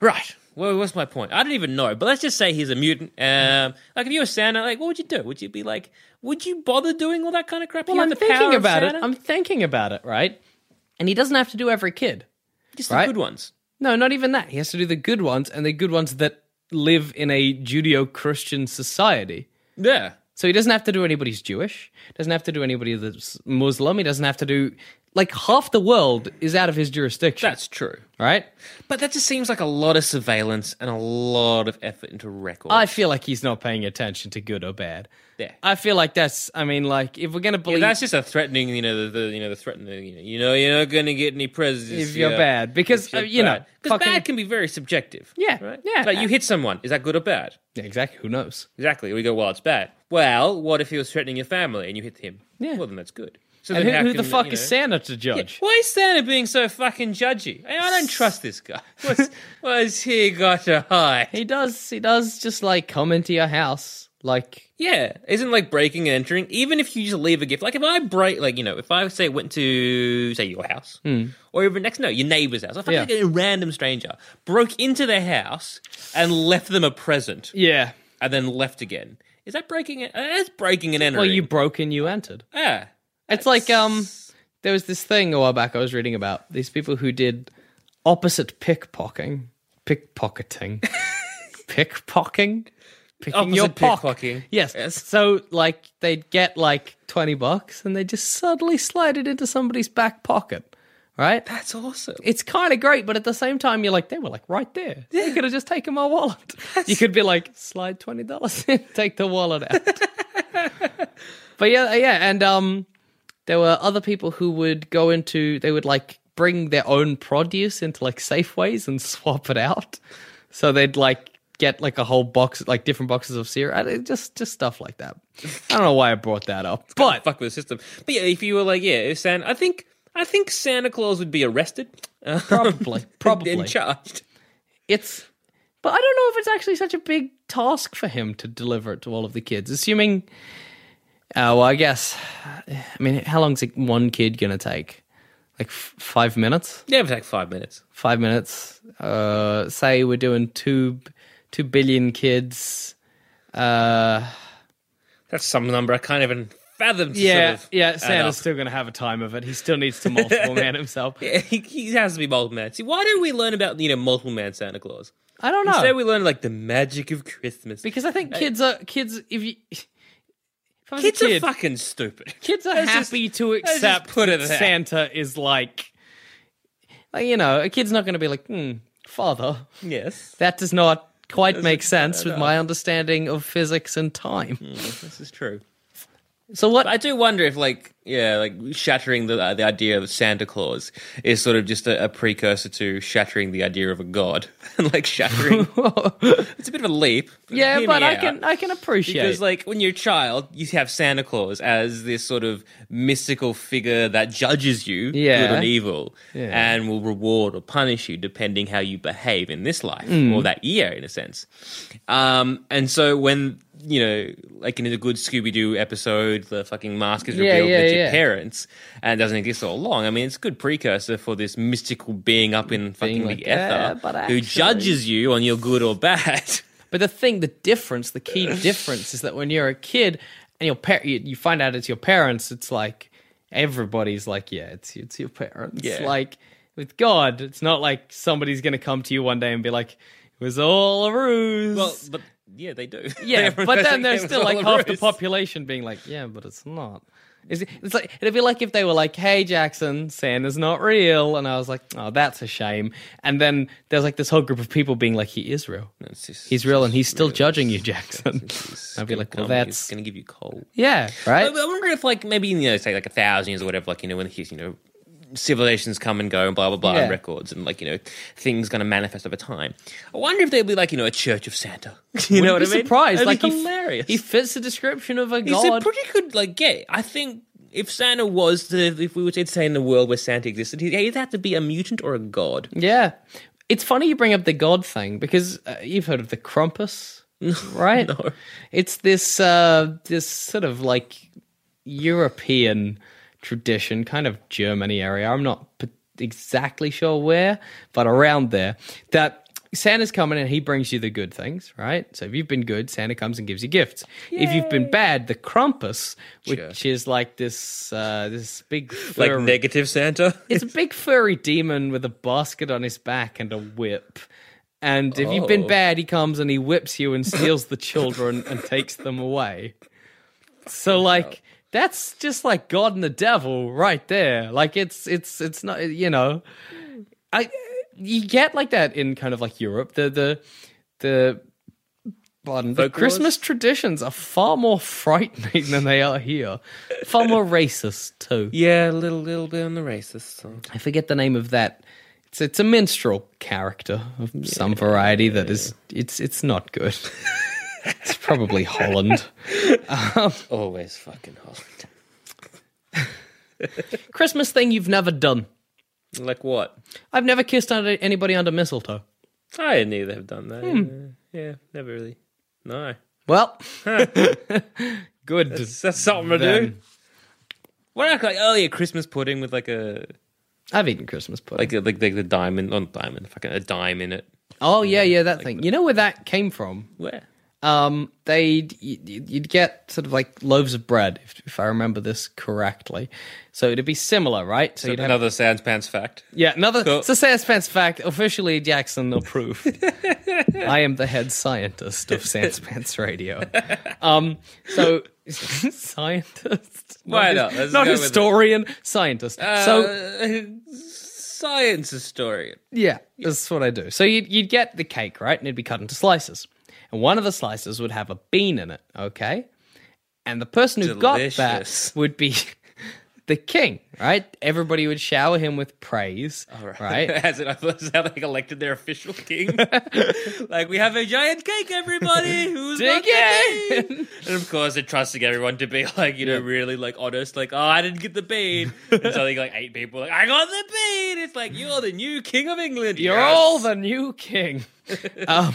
B: right. Well, what's my point? I don't even know, but let's just say he's a mutant. Um, like, if you were Santa, like, what would you do? Would you be like, would you bother doing all that kind of crap?
C: Well,
B: You
C: I'm
B: have the power
C: thinking
B: of
C: about it.
B: Santa?
C: I'm thinking about it, right? And he doesn't have to do every kid.
B: just the
C: right?
B: good ones.
C: No, not even that. He has to do the good ones and the good ones that live in a Judeo Christian society.
B: Yeah,
C: So he doesn't have to do anybody's Jewish, doesn't have to do anybody that's Muslim, he doesn't have to do like half the world is out of his jurisdiction.
B: that's true.
C: right?
B: But that just seems like a lot of surveillance and a lot of effort into records.
C: I feel like he's not paying attention to good or bad.
B: Yeah.
C: I feel like that's I mean, like if we're gonna
B: Yeah,
C: believe
B: that's just a threatening, you know, the, the you know the threatening, you know, you know you're not going to get any presents
C: If you're bad. Because, uh, you know,
B: because
C: fucking-
B: bad can be very subjective.
C: Yeah,
B: right?
C: yeah.
B: Like you hit someone, is that good or bad?
C: Yeah, exactly, who knows?
B: Exactly. We go, well, it's bad. Well, what if he was threatening your family and you hit him?
C: Yeah.
B: Well, then that's good. So
C: And who,
B: then how
C: who the
B: can,
C: fuck
B: you
C: is
B: know-
C: Santa to
B: Yeah,
C: judge?
B: Why is Santa being so fucking judgy? I, I don't trust this guy. What's, what's he got to hide?
C: He does. He does just like come into your house, like
B: Yeah, isn't like breaking and entering. Even if you just leave a gift, like if I break, like you know, if I say went to say your house or even next, no, your neighbor's house, if I
C: Hmm. Yeah.
B: like a random stranger broke into their house and left them a present
C: yeah.
B: and then left again, is that breaking? and- uh, That's breaking and Ah. entering.
C: Well, you broke in, you entered.
B: yeah.
C: It's like um, there was this thing a while back I was reading about these people who did opposite pickpocketing, pickpocketing, pickpocketing, picking
B: Opposite
C: your pock.
B: pickpocketing.
C: Yes.
B: Yes.
C: So like they'd get like twenty bucks and they just suddenly slide it into somebody's back pocket, right?
B: That's awesome.
C: it's kind of great, but at the same time, you're like, they were like right there. You could have just taken my wallet. You could be like, slide twenty dollars in, take the wallet out. but yeah, yeah, and um, there were other people who would go into, they would like bring their own produce into like Safeways and swap it out. So they'd like get like a whole box, like different boxes of cereal, I- just just stuff like that. I don't know why I brought that up, but
B: fuck with the system. But yeah, if you were like, yeah, if Santa, I think I think Santa Claus would be arrested, um,
C: Probably, probably.
B: and charged.
C: it's but i don't know if it's actually such a big task for him to deliver it to all of the kids assuming uh, well i guess i mean how long's it- one kid gonna take like f- five minutes
B: Yeah, it'd take five minutes.
C: five minutes uh say we're doing two two billion kids uh
B: That's some number I can't even fathom. To
C: yeah
B: sort of
C: yeah
B: add
C: santa's
B: up.
C: still gonna have a time of it he still needs to multiple man himself
B: He, he has to be multiple man. See, why don't we learn about you know multiple man Santa Claus?
C: i don't know
B: Instead, we learn like the magic of Christmas.
C: because i think kids are kids if you if I was a
B: kids
C: kid-
B: are fucking stupid.
C: kids are
B: Let's just-
C: happy to
B: let's just
C: accept
B: put it
C: that
B: there.
C: Santa is like, like, you know, a kid's not going to be like, hmm, father,
B: Yes,
C: that does not quite make sense with my understanding of physics and time.
B: Hmm. this is true.
C: So what?
B: But I do wonder if, like, yeah, like shattering the the idea of Santa Claus is sort of just a, a precursor to shattering the idea of a god, and like shattering. it's a bit of a leap.
C: yeah,
B: hear
C: but
B: me
C: I
B: out.
C: can I can appreciate.
B: Because, like, when you're a child, you have Santa Claus as this sort of mystical figure that judges you,
C: Yeah.
B: good and evil, and will reward or punish you depending
C: Mm.
B: how you behave in this life or that year, in a sense. Um, and so, when you know, like in a good Scooby Doo episode, the fucking mask is
C: Yeah,
B: revealed
C: yeah,
B: that your
C: yeah.
B: parents and it doesn't exist all along. I mean, it's a good precursor for this mystical being up in fucking
C: like,
B: the ether
C: "Yeah, but
B: who
C: actually-"
B: judges you on your good or bad.
C: But the thing, the difference, the key difference is that when you're a kid and your par- you, you find out it's your parents, it's like everybody's like, yeah, it's it's your parents.
B: Yeah.
C: Like with God, it's not like somebody's gonna come to you one day and be like, it was all a ruse.
B: well, but yeah, they do.
C: yeah, but then there's
B: there's
C: still like half the population being like, yeah, but it's not. Is it, it's like it'd be like if they were like, "Hey Jackson, Santa's not real," and I was like, "Oh, that's a shame." And then there's like this whole group of people being like, "He is real." He's real and he's still judging you, Jackson. I'd be like, well, that's.
B: going to give you cold.
C: Yeah, right?
B: I, I wonder if, like, maybe in you know, say like a thousand years or whatever, like you know, when he's you know, civilizations come and go and blah blah blah,
C: Yeah.
B: and records and like you know, things going to manifest over time. I wonder if there'd be like you know a Church of Santa. you know what
C: Wouldn't
B: I
C: be
B: mean?
C: surprised.
B: It'd
C: Like,
B: be
C: he,
B: hilarious.
C: he fits the description of a
B: He's a
C: god.
B: pretty good like get. I think if Santa was to, if we were to say in a world where Santa existed, he'd either have to be a mutant or a god.
C: yeah. It's funny you bring up the god thing because uh, you've heard of the Krampus, right?
B: no.
C: It's this uh, this sort of like European tradition, kind of Germany area. I'm not p- exactly sure where, but around there. That Santa's coming and he brings you the good things, right? So if you've been good, Santa comes and gives you gifts. If you've been bad, the Krampus, which is like this uh, this big
B: Like
C: furry-
B: negative Santa.
C: it's a big furry demon with a basket on his back and a whip. And if you've been
B: Oh.
C: bad, he comes and he whips you and steals the children and takes them away. So like that's just like God and the devil right there. Like it's it's it's not you know I you get like that in kind of like Europe. The the the pardon, the
B: Folklores?
C: Christmas traditions are far more frightening than they are here. Far more racist too.
B: Yeah, a little little bit on the racist side.
C: I forget the name of that. It's it's a minstrel character of some variety that is it's it's not good. it's probably Holland.
B: Always fucking hot.
C: Christmas thing you've never done.
B: Like what?
C: I've never kissed under anybody under mistletoe.
B: I didn't either have done that. Yeah, Yeah, never really. No.
C: Well, good.
B: Is that something to do?
C: Then-
B: What about like earlier Christmas pudding with like a
C: I've eaten Christmas pudding.
B: like a, like, like the diamond on diamond fucking a dime in it?
C: oh yeah, yeah, that thing. You know where that came from?
B: Where?
C: um, they'd you'd you'd get sort of like loaves of bread, if, if I remember this correctly. So it'd be similar, right? So, you'd have
B: Another sans pants fact.
C: yeah, another.
B: So-
C: it's a science fans fact. Officially, Jackson approved. I am the head scientist of Sans Pants Radio. Um, so scientist,
B: Why
C: his-
B: not? Let's
C: not
B: go with it.
C: historian, scientist. so
B: uh, science historian.
C: yeah, that's what I do. So you'd, you'd get the cake, right? And it'd be cut into slices. And one of the slices would have a bean in it, okay? And the person who got that
B: Delicious.
C: would be the king, right? Everybody would shower him with praise, right?
B: As it was how they elected their official king. like we have a giant cake, everybody. Who's
C: Dig
B: not the bean? And of course, they're trusting everyone to be like you know really like honest. Like oh, I didn't get the bean. and so they like eight people. Like I got the bean. It's like you're the new king of England.
C: You're
B: Yes.
C: all the new king. um,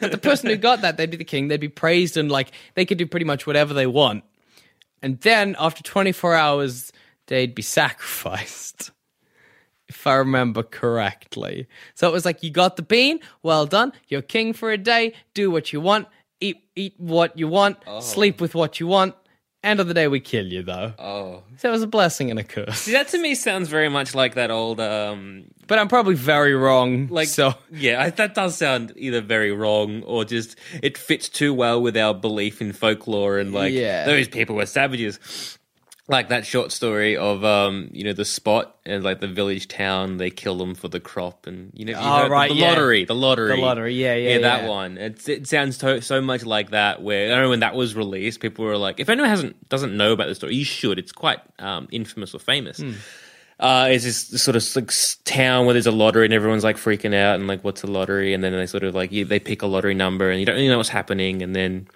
C: but the person who got that, they'd be the king. They'd be praised and like they could do pretty much whatever they want. And then after 24 hours, they'd be sacrificed. If I remember correctly. So it was like you got the bean, well done, you're king for a day, do what you want, eat eat what you want, sleep with what you want. End of the day we kill you though.
B: Oh.
C: So it was a blessing and a curse.
B: See, that to me sounds very much like that old um
C: But I'm probably very wrong.
B: like
C: Mm-hmm. so
B: yeah I- that does sound either very wrong or just it fits too well with our belief in folklore and like
C: Yeah.
B: those people were savages like that short story of um you know the spot and like the village town they kill them for the crop and you know, you
C: Oh,
B: know,
C: right,
B: the
C: yeah.
B: lottery the lottery
C: The lottery, yeah, yeah,
B: that
C: yeah.
B: one it's, it sounds to- so much like that where I don't know when that was released people were like if anyone hasn't doesn't know about the story you should it's quite um, infamous or famous
C: Hmm.
B: uh, it's this sort of like s- town where there's a lottery and everyone's like freaking out and like what's a lottery and then they sort of like you, they pick a lottery number and you don't really know what's happening and then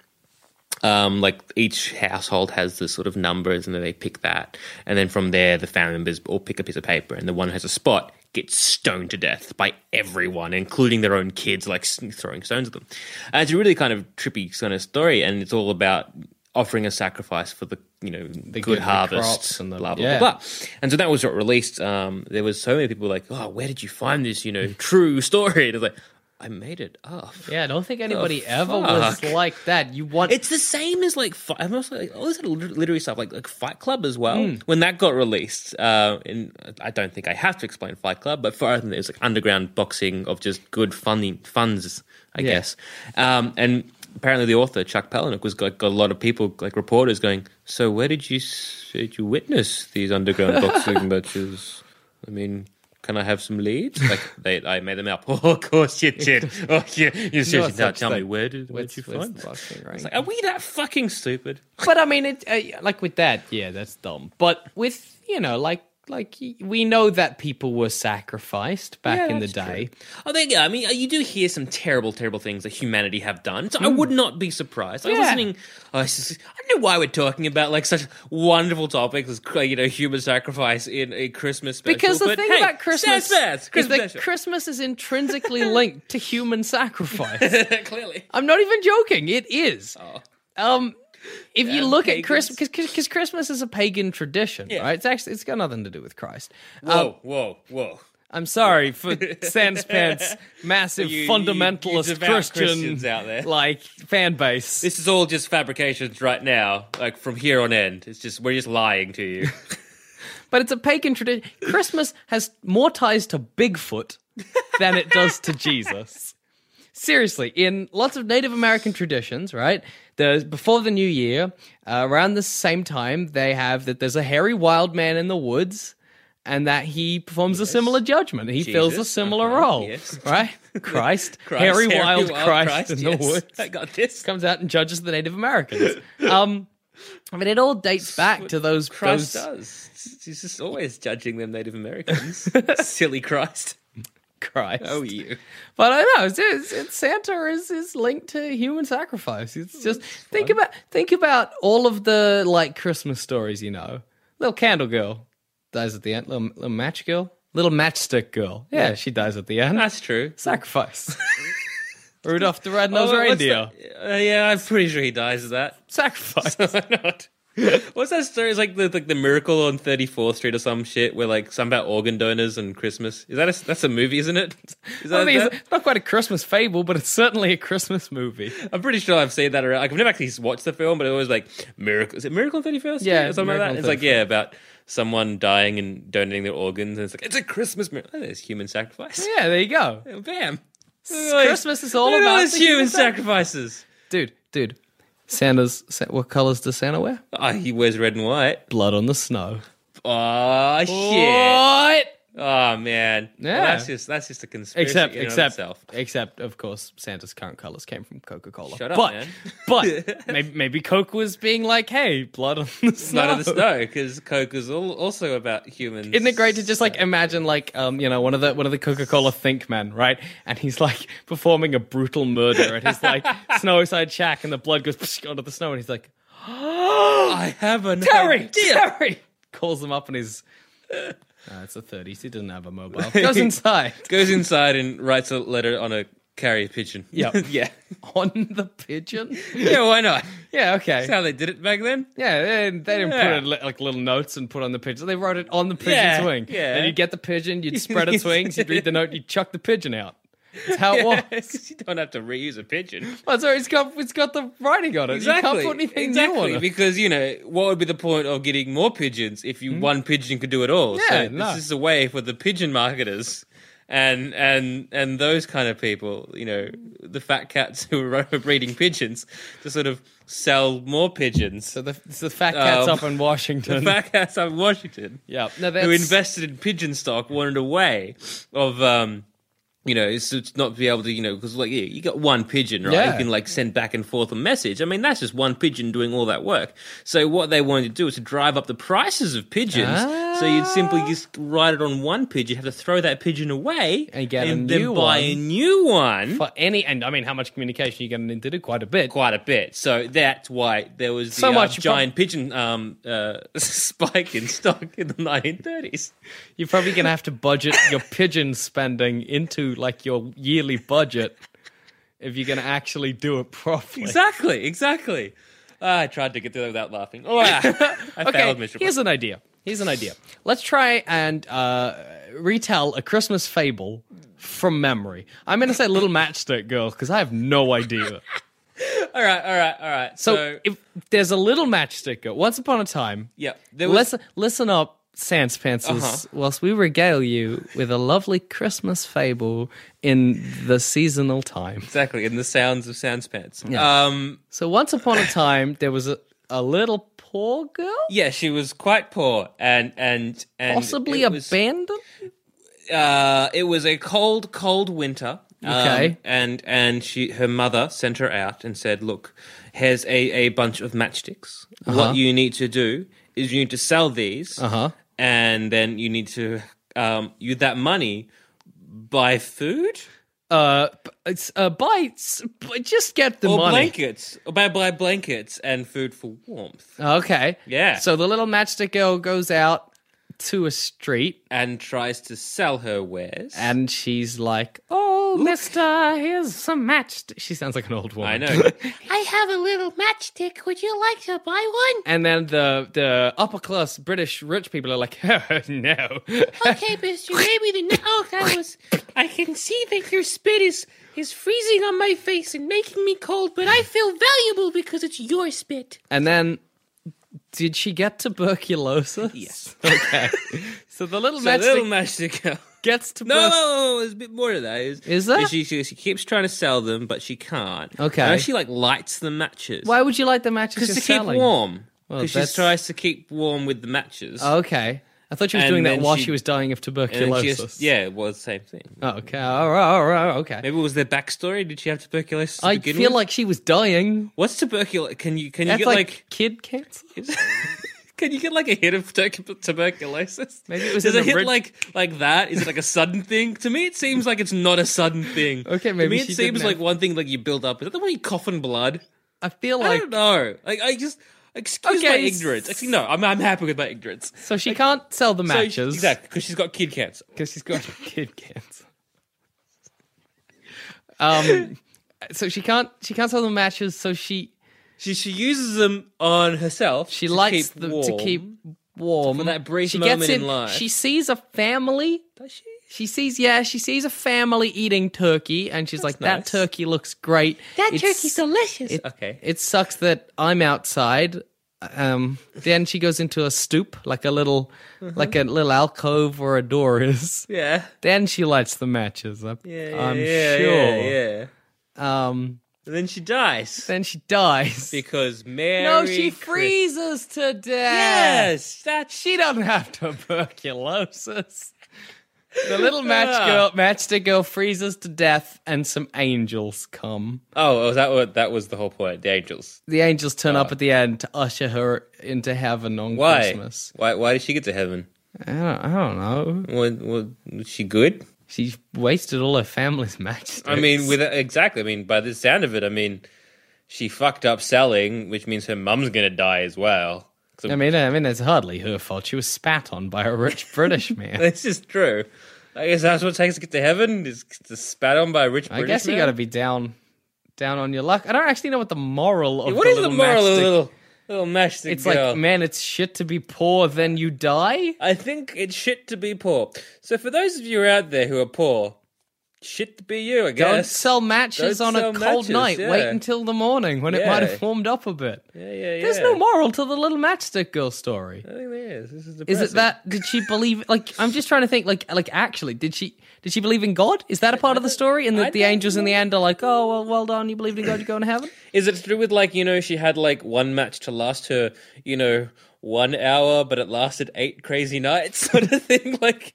B: um, like each household has the sort of numbers and then they pick that and then from there the family members all pick a piece of paper and the one who has a spot get stoned to death by everyone, including their own kids, like s- throwing stones at them. And it's a really kind of trippy kind of story, and it's all about offering a sacrifice for the you know the
C: good
B: good
C: the
B: harvests
C: crops and the-
B: blah blah
C: yeah.
B: blah blah. And so that was what released. Um, there was so many people like, oh, where did you find this you know true story? And I was like, I made it up.
C: Yeah, I don't think anybody
B: The
C: ever was
B: fuck?
C: like that. You want
B: It's the same as like fi- I'm also like all this little literary stuff like like Fight Club as well.
C: Hmm.
B: When that got released, uh, and I don't think I have to explain Fight Club, but for I think it was like underground boxing of just good funny funds, I
C: Yeah.
B: guess. Um, and apparently the author Chuck Palahniuk was got, got a lot of people like reporters going. So where did you s- did you witness these underground boxing matches? I mean. Can I have some leads? Like they, I made them up. Oh, of course you did. Oh, yeah, you seriously now
C: such
B: tell me
C: thing.
B: where did where
C: Where's-
B: did you
C: where's
B: find?
C: the
B: that?
C: boxing ring?
B: It's like, are we that fucking stupid?
C: but I mean, it uh, like with that, yeah, that's dumb. But with you know, like like y- we know that people were sacrificed back in the day.
B: Oh, there you go. I mean, you do hear some terrible, terrible things that humanity have done. So I would not be surprised. I was
C: Hmm. Yeah.
B: listening. oh, I, was just- I don't know why we're talking about like such wonderful topics as you know human sacrifice in a Christmas special.
C: Because the
B: but
C: thing
B: hey,
C: about Christmas,
B: Sans Fest,
C: is
B: Christmas
C: that
B: special.
C: Christmas is intrinsically linked to human sacrifice.
B: clearly.
C: I'm not even joking. It is. Um, if you look at
B: Oh. pagans.
C: Christmas, because Christmas is a pagan tradition, right? It's actually it's got nothing to do with Christ. Oh.
B: Whoa, whoa, whoa.
C: I'm sorry for Sans Pants' massive
B: You- you- you
C: fundamentalist
B: devout
C: Christian
B: Christians out there.
C: like fan base.
B: This is all just fabrications right now. Like from here on end, it's just we're just lying to you.
C: but it's a pagan tradition. Christmas has more ties to Bigfoot than it does to Jesus. Seriously, in lots of Native American traditions, right? There's before the New Year, uh, around the same time, they have that there's a hairy wild man in the woods, and that he performs a similar judgment. He fills a
B: Jesus,
C: similar
B: okay,
C: role,
B: yes.
C: right? Christ,
B: Christ,
C: hairy, wild, Christ, in the
B: yes.
C: woods
B: I got this.
C: comes out and judges the Native Americans. Um, I mean, it all dates back to those
B: Christ
C: those,
B: does. He's just always judging them Native Americans. Silly Christ.
C: Christ.
B: Oh, you.
C: But I know it's, it's, it's Santa is, is linked to human sacrifice.
B: Oh,
C: It's just think about think about all of the like Christmas stories. You know, little candle girl dies at the end. Little, little match girl, little matchstick girl. Yeah, she dies at the end.
B: That's true.
C: Sacrifice. Rudolph the Red-Nosed
B: Oh, what's
C: Reindeer.
B: that? Uh, yeah, I'm pretty sure he dies of that.
C: Sacrifice.
B: Why not? What's that story? It's like the like the miracle on 34th Street or some shit, where like some about organ donors and Christmas. Is that a, that's a movie, isn't it? Is that,
C: I mean,
B: that-
C: it's not quite a Christmas fable, but it's certainly a Christmas movie.
B: I'm pretty sure I've seen that around. Like I've never actually watched the film, but it was like miracle. Is it Miracle on 31st? Street
C: Yeah,
B: or something like
C: Miracle
B: that.
C: on
B: It's like yeah, about someone dying and donating their organs, and it's like it's a Christmas miracle. Oh, there's human sacrifice.
C: Yeah, there you go.
B: Bam.
C: Christmas is all
B: Look at
C: about
B: those
C: the
B: human
C: human
B: sacrifices.
C: Dude, dude. Santa's Sa- what colors does Santa wear?
B: Ah, he wears red and white.
C: Blood on the snow.
B: Oh shit.
C: What?
B: Oh man. Well,
C: Yeah.
B: that's just that's just a conspiracy
C: Except,
B: in and of
C: except,
B: itself.
C: except, of course, Santa's current colors came from Coca Cola.
B: Shut up,
C: but,
B: man.
C: but maybe, maybe Coke was being like, "Hey, blood on the snow."
B: None of the snow because Coke is all, also about humans.
C: Isn't it great to just like imagine like um you know one of the one of the Coca Cola think men right and he's like performing a brutal murder at his like snowside shack and the blood goes psh, onto the snow and he's like
B: I have an
C: Terry
B: idea.
C: Terry calls him up and he's uh, it's a 30s he doesn't have a mobile goes inside
B: Goes inside and writes a letter on a carrier pigeon.
C: Yep.
B: yeah.
C: on the pigeon
B: Yeah, why not?
C: yeah okay
B: That's how they did it back then.
C: Yeah, they, they didn't
B: Yeah.
C: put it, like little notes and put on the pigeon. They wrote it on the pigeon's
B: Yeah,
C: wing.
B: yeah.
C: Then you'd get the pigeon, you'd spread its wings, you'd read the note, you'd chuck the pigeon out. That's how it was.
B: 'Cause you don't have to reuse a pigeon.
C: Oh, sorry, it's got it's got the writing on it. You can't put anything
B: exactly.
C: new on it.
B: Because you know what would be the point of getting more pigeons if you one pigeon could do it all?
C: Hmm? Yeah,
B: so
C: no.
B: this is a way for the pigeon marketers and and and those kind of people, you know, the fat cats who are breeding pigeons to sort of sell more pigeons.
C: So the, so the fat cat's
B: Um,
C: up in Washington.
B: the fat cats up in Washington,
C: yeah, no, that's
B: who invested in pigeon stock, wanted a way of um, you know, it's, it's not to be able to, you know, because like yeah, you got one pigeon, right?
C: Yeah.
B: You can like send back and forth a message. I mean, that's just one pigeon doing all that work. So what they wanted to do is to drive up the prices of pigeons. So you'd
C: Ah.
B: simply just write it on one pigeon, have to throw that pigeon away,
C: And get a
B: then
C: new
B: buy
C: one.
B: a new one
C: For any, and I mean, how much communication you getting into? Quite a bit.
B: quite a bit. So that's why there was the,
C: So
B: uh,
C: much you
B: giant pigeon um, uh, spike in stock in the 1930s.
C: You're probably going to have to budget your pigeon spending into like your yearly budget if you're going to actually do it properly.
B: Exactly, exactly. Ah, I tried to get through that without laughing. Oh, ah, I failed
C: Okay,
B: miserably.
C: here's an idea. Here's an idea. Let's try and uh, retell a Christmas fable from memory. I'm going to say Little Matchstick Girl because I have no idea.
B: all right, all right, all right.
C: So,
B: So,
C: if there's a Little Matchstick Girl, once upon a time,
B: yeah, there was. Uh-huh.
C: listen, listen up, Sans Pantsers, whilst we regale you with a lovely Christmas fable in the seasonal time.
B: Exactly, in the sounds of Sans Pants. Um,
C: So once upon a time, there was a, a little poor girl,
B: yeah, she was quite poor, and and and
C: possibly
B: it was,
C: abandoned.
B: uh, it was a cold, cold winter. Um,
C: Okay.
B: and and she, her mother sent her out and said, "Look, here's a, a bunch of matchsticks. What you need to do is you need to sell these,
C: Uh-huh.
B: and then you need to um, use that money buy food
C: Uh, b- it's uh, bites. b- Just get the
B: or
C: money.
B: blankets, or buy buy blankets and food for warmth,
C: Okay.
B: Yeah.
C: So the little matchstick girl goes out to a street,
B: and tries to sell her wares.
C: and she's like, "Oh, Mister, here's some matchstick." She sounds like an old woman.
B: I know.
C: And then the the upper class British rich people are like, oh, no.
E: Okay, Mister, maybe the ne- oh that was. I can see that your spit is is freezing on my face and making me cold, but I feel valuable because it's your spit.
C: And then, did she get tuberculosis? Yes. Okay. so the little
B: so
C: matchstick
B: little matchstick girl.
C: gets to
B: No, no,
C: birth-
B: no, no, there's a bit more to that. Is,
C: Is there?
B: She, she, she keeps trying to sell them, but she can't.
C: Okay.
B: And she like lights the matches.
C: Why would you like the matches
B: Because
C: you're
B: to
C: selling?
B: keep warm.
C: Well,
B: Because
C: that's-
B: she tries to keep warm with the matches.
C: Oh, okay. I thought she was
B: And
C: doing that
B: then
C: while she,
B: she-
C: was dying of
B: and then she
C: tuberculosis.
B: just, yeah, it was the same thing.
C: Oh, okay. All right. All right. Okay.
B: Maybe it was their backstory. Did she have tuberculosis? To
C: I
B: begin
C: feel
B: with?
C: like she was dying.
B: what's tuberculosis? Can you can you
C: That's
B: get
C: like,
B: like,
C: kid cancer.
B: can you get like a hit of tu- tuberculosis?
C: Maybe it was
B: Does
C: in
B: it
C: the
B: hit
C: rid-
B: like like that? Is it like a sudden thing? To me, it seems like it's not a sudden thing.
C: Okay,
B: to
C: maybe
B: me it
C: she didn't
B: seems
C: have-
B: like one thing like you build up. Is that the one you cough in blood?
C: I feel
B: I
C: like
B: don't know. Like I just excuse
C: Okay,
B: my
C: s-
B: ignorance. Actually, no, I'm I'm happy with my ignorance.
C: so she can't sell the matches
B: So, exactly, because she's got kid cancer.
C: because she's got kid cancer. Um, so she can't she can't sell the matches. So she
B: She she uses them on herself.
C: she
B: to
C: likes
B: keep
C: them to
B: warm.
C: keep warm
B: For that brief
C: she
B: moment
C: gets
B: in life.
C: She sees a family. Does she? She sees yeah. She sees a family eating turkey, and she's like, "That
B: nice.
C: turkey looks great.
E: That
C: It's-
E: turkey's delicious.
B: Okay.
C: It sucks that I'm outside. Um, then she goes into a stoop, like a little, like a little alcove where a door is.
B: Uh-huh. Yeah.
C: Then she lights the matches. I,
B: Yeah.
C: I'm
B: yeah,
C: sure.
B: Yeah. yeah.
C: Um,
B: And then she dies
C: then she dies.
B: because Mary.
C: no, she
B: Christ-
C: freezes to death.
B: Yes, that's
C: She doesn't have tuberculosis. The little match
B: Yeah.
C: girl, matchstick girl, freezes to death, and some angels come.
B: Oh, was that what that was the whole point? The angels.
C: The angels turn up at the end to usher her into heaven on
B: Ah. Why?
C: Christmas.
B: Why? Why did she get to heaven?
C: I don't, I don't know.
B: Wa- wa- was she good?
C: She's wasted all her family's matchsticks.
B: I mean, with exactly. I mean, by the sound of it, I mean she fucked up selling, which means her mum's gonna die as well.
C: I mean, I mean, it's hardly her fault. She was spat on by a rich British man.
B: This is true. I guess that's what it takes to get to heaven is to spat on by a rich.
C: I
B: British
C: guess you
B: man?
C: got to be down, down on your luck. I don't actually know what the moral of
B: What
C: the
B: is the
C: little
B: moral of
C: matchstick-
B: the little little matchstick
C: It's
B: girl?
C: like, man, it's shit to be poor, then you die.
B: I think it's shit to be poor. So for those of you out there who are poor, shit to be you. I guess.
C: Don't sell matches
B: Don't
C: on a
B: sell
C: cold
B: matches,
C: night.
B: yeah.
C: Wait until the morning when it might
B: Yeah.
C: have warmed up a bit.
B: yeah, yeah,
C: There's
B: yeah.
C: no moral to the little matchstick girl story.
B: I think there is. This is,
C: Is it
B: depressing.
C: that did she believe like I'm just trying to think like like actually did she did she believe in God? Is that a part of the story? And that the angels in the end are like, Oh well well done, you believed in God, you're going to heaven?
B: Is it to do with like you know she had like one match to last her you know one hour, but it lasted eight crazy nights sort of thing, like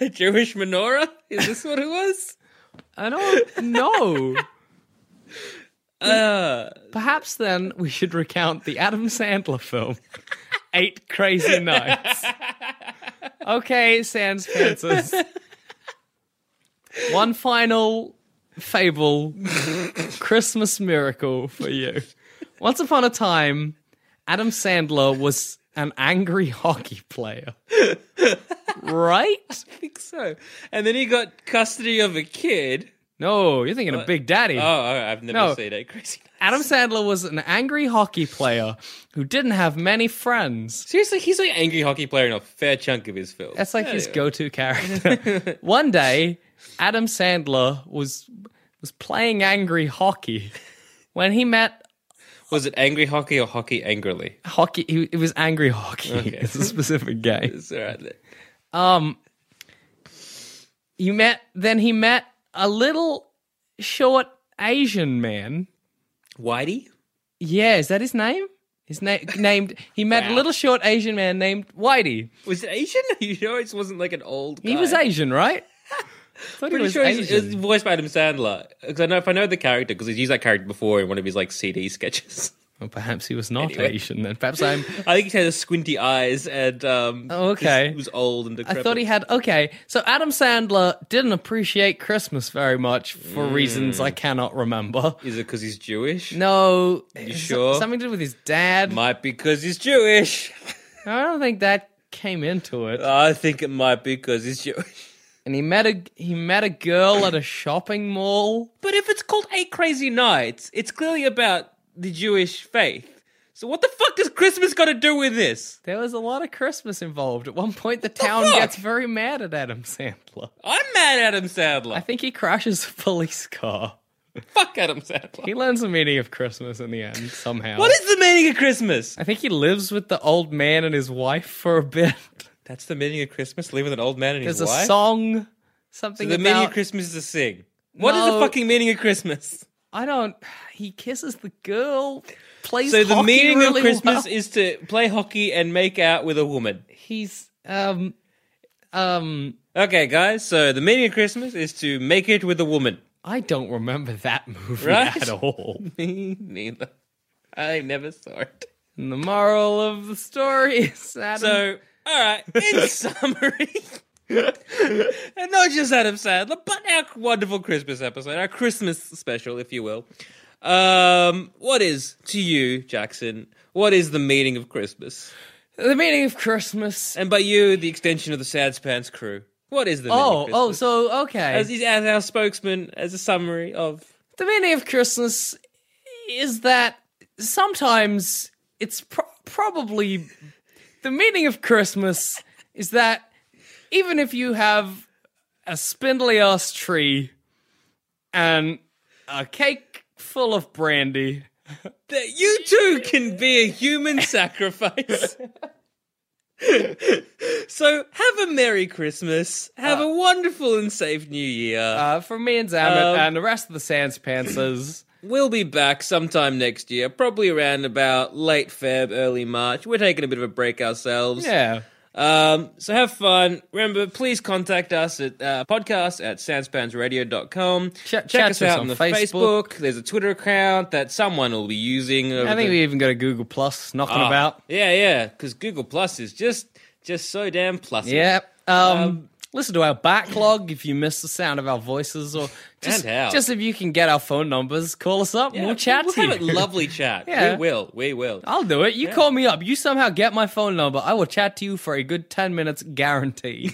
B: a Jewish menorah? Is this what it was?
C: I don't know. Perhaps then we should recount the Adam Sandler film, Eight Crazy Nights. Okay, Sans Francis. One final fable, Christmas miracle for you. Once upon a time, Adam Sandler was an angry hockey player. Right?
B: think so. And then he got custody of a kid.
C: No, you're thinking of Big Daddy.
B: Oh, I've never
C: No.
B: seen it. Crazy.
C: Adam Sandler was an angry hockey player who didn't have many friends.
B: Seriously, he's like angry hockey player in a fair chunk of his film.
C: That's like his go-to character. One day, Adam Sandler was was playing angry hockey when he met
B: Was it angry hockey or hockey angrily?
C: hockey. He, it was angry hockey. It's a specific game.
B: It's all right. then.
C: Um, you met then he met a little short Asian man.
B: Whitey?
C: Yeah, is that his name? His name named he met a little short Asian man named Whitey.
B: Was it Asian? You sure it wasn't like an old guy.
C: He was Asian, right? Thought
B: Pretty sure he's, it's voiced by Adam Sandler. Because I know if I know the character, because he's used that character before in one of his like CD sketches.
C: Well, perhaps he was not Asian then. Perhaps I'm.
B: I think he had squinty eyes and um,
C: Oh, okay.
B: just was old and
C: I
B: decrepit.
C: thought he had. Okay, so Adam Sandler didn't appreciate Christmas very much for
B: Hmm.
C: reasons I cannot remember.
B: Is it because he's Jewish?
C: No,
B: You
C: it's
B: sure?
C: Something to do with his dad.
B: Might be because he's Jewish.
C: I don't think that came into it.
B: I think it might be because he's Jewish.
C: And he met a he met a girl at a shopping mall.
B: But if it's called Eight Crazy Nights, it's clearly about the Jewish faith. So what the fuck does Christmas got to do with this?
C: There was a lot of Christmas involved. At one point, the town
B: fuck? Oh.
C: gets very mad at Adam Sandler.
B: I'm mad at Adam Sandler.
C: I think he crashes a police car.
B: fuck Adam Sandler.
C: He learns the meaning of Christmas in the end somehow.
B: What is the meaning of Christmas?
C: I think he lives with the old man and his wife for a bit.
B: That's the meaning of Christmas. Live with an old man and
C: There's
B: his wife.
C: a song,
B: So
C: something
B: the meaning
C: about
B: of Christmas is to sing. What is the
C: No.
B: fucking meaning of Christmas?
C: I don't. He kisses the girl. Plays
B: So the
C: hockey
B: meaning
C: really
B: of Christmas
C: well.
B: is to play hockey and make out with a woman.
C: he's um um.
B: Okay, guys. So the meaning of Christmas is to make it with a woman.
C: I don't remember that movie
B: Right?
C: at all.
B: Me neither. I never saw it.
C: And the moral of the story is Adam.
B: So, all right. In summary, and not just Adam Sandler, but our wonderful Christmas episode, our Christmas special, if you will. Um, what is to you, Jackson? What is the meaning of Christmas?
C: the meaning of Christmas.
B: And by you, the extension of the Sad Pants crew. What is the meaning of
C: Oh,
B: Christmas?
C: oh, so okay.
B: as, as our spokesman, as a summary of
C: the meaning of Christmas is that sometimes it's pro- probably the meaning of Christmas is that even if you have a spindly ass tree and a cake full of brandy,
B: that you too can be a human sacrifice. so have a merry Christmas, have a wonderful and safe New Year.
C: uh, from me and Zamet
B: Um,
C: and the rest of the Sans Pantsers.
B: we'll be back sometime next year, probably around about late Feb, early March. We're taking a bit of a break ourselves.
C: yeah.
B: Um, so have fun. Remember, please contact us at uh, podcast at sanspansradio.com.
C: check
B: us
C: us
B: out
C: on
B: the
C: Facebook.
B: There's a Twitter account that someone will be using. over
C: I think
B: the-
C: we even got a Google Plus knocking
B: Ah,
C: about.
B: Yeah, yeah, because Google Plus is just just so damn plus.
C: Yeah. Um, listen to our backlog if you miss the sound of our voices or just,
B: And how.
C: just if you can get our phone numbers, call us up and we'll chat
B: we'll
C: to
B: have
C: you.
B: a lovely chat.
C: Yeah. Oh.
B: We will. We will.
C: I'll do it. You call me up. You somehow get my phone number. I will chat to you for a good 10 minutes guaranteed.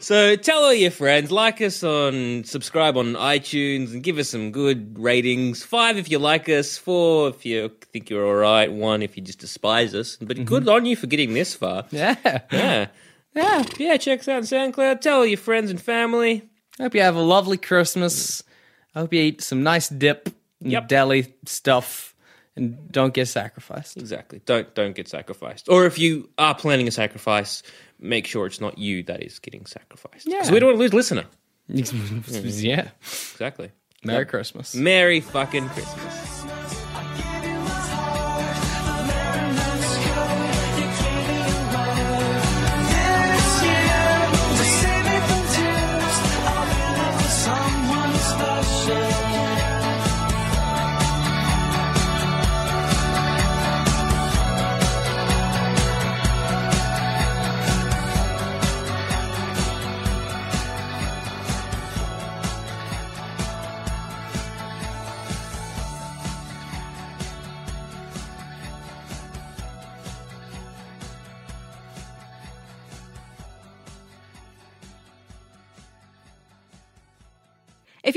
B: So tell all your friends, like us on, subscribe on iTunes, and give us some good ratings. Five if you like us, four if you think you're all right, one if you just despise us. But good on you for getting this far.
C: Mm-hmm. yeah.
B: Yeah.
C: Yeah.
B: Yeah, check us out on SoundCloud. Tell all your friends and family.
C: Hope you have a lovely Christmas. I hope you eat some nice dip and
B: Yep.
C: deli stuff and don't get sacrificed.
B: Exactly. Don't don't get sacrificed. Or if you are planning a sacrifice, make sure it's not you that is getting sacrificed. Because
C: Yeah.
B: we don't want to lose listener.
C: yeah.
B: Exactly.
C: Merry Christmas.
B: Merry fucking Christmas.
F: This year, to save me from tears, I'll be with the sun.
G: If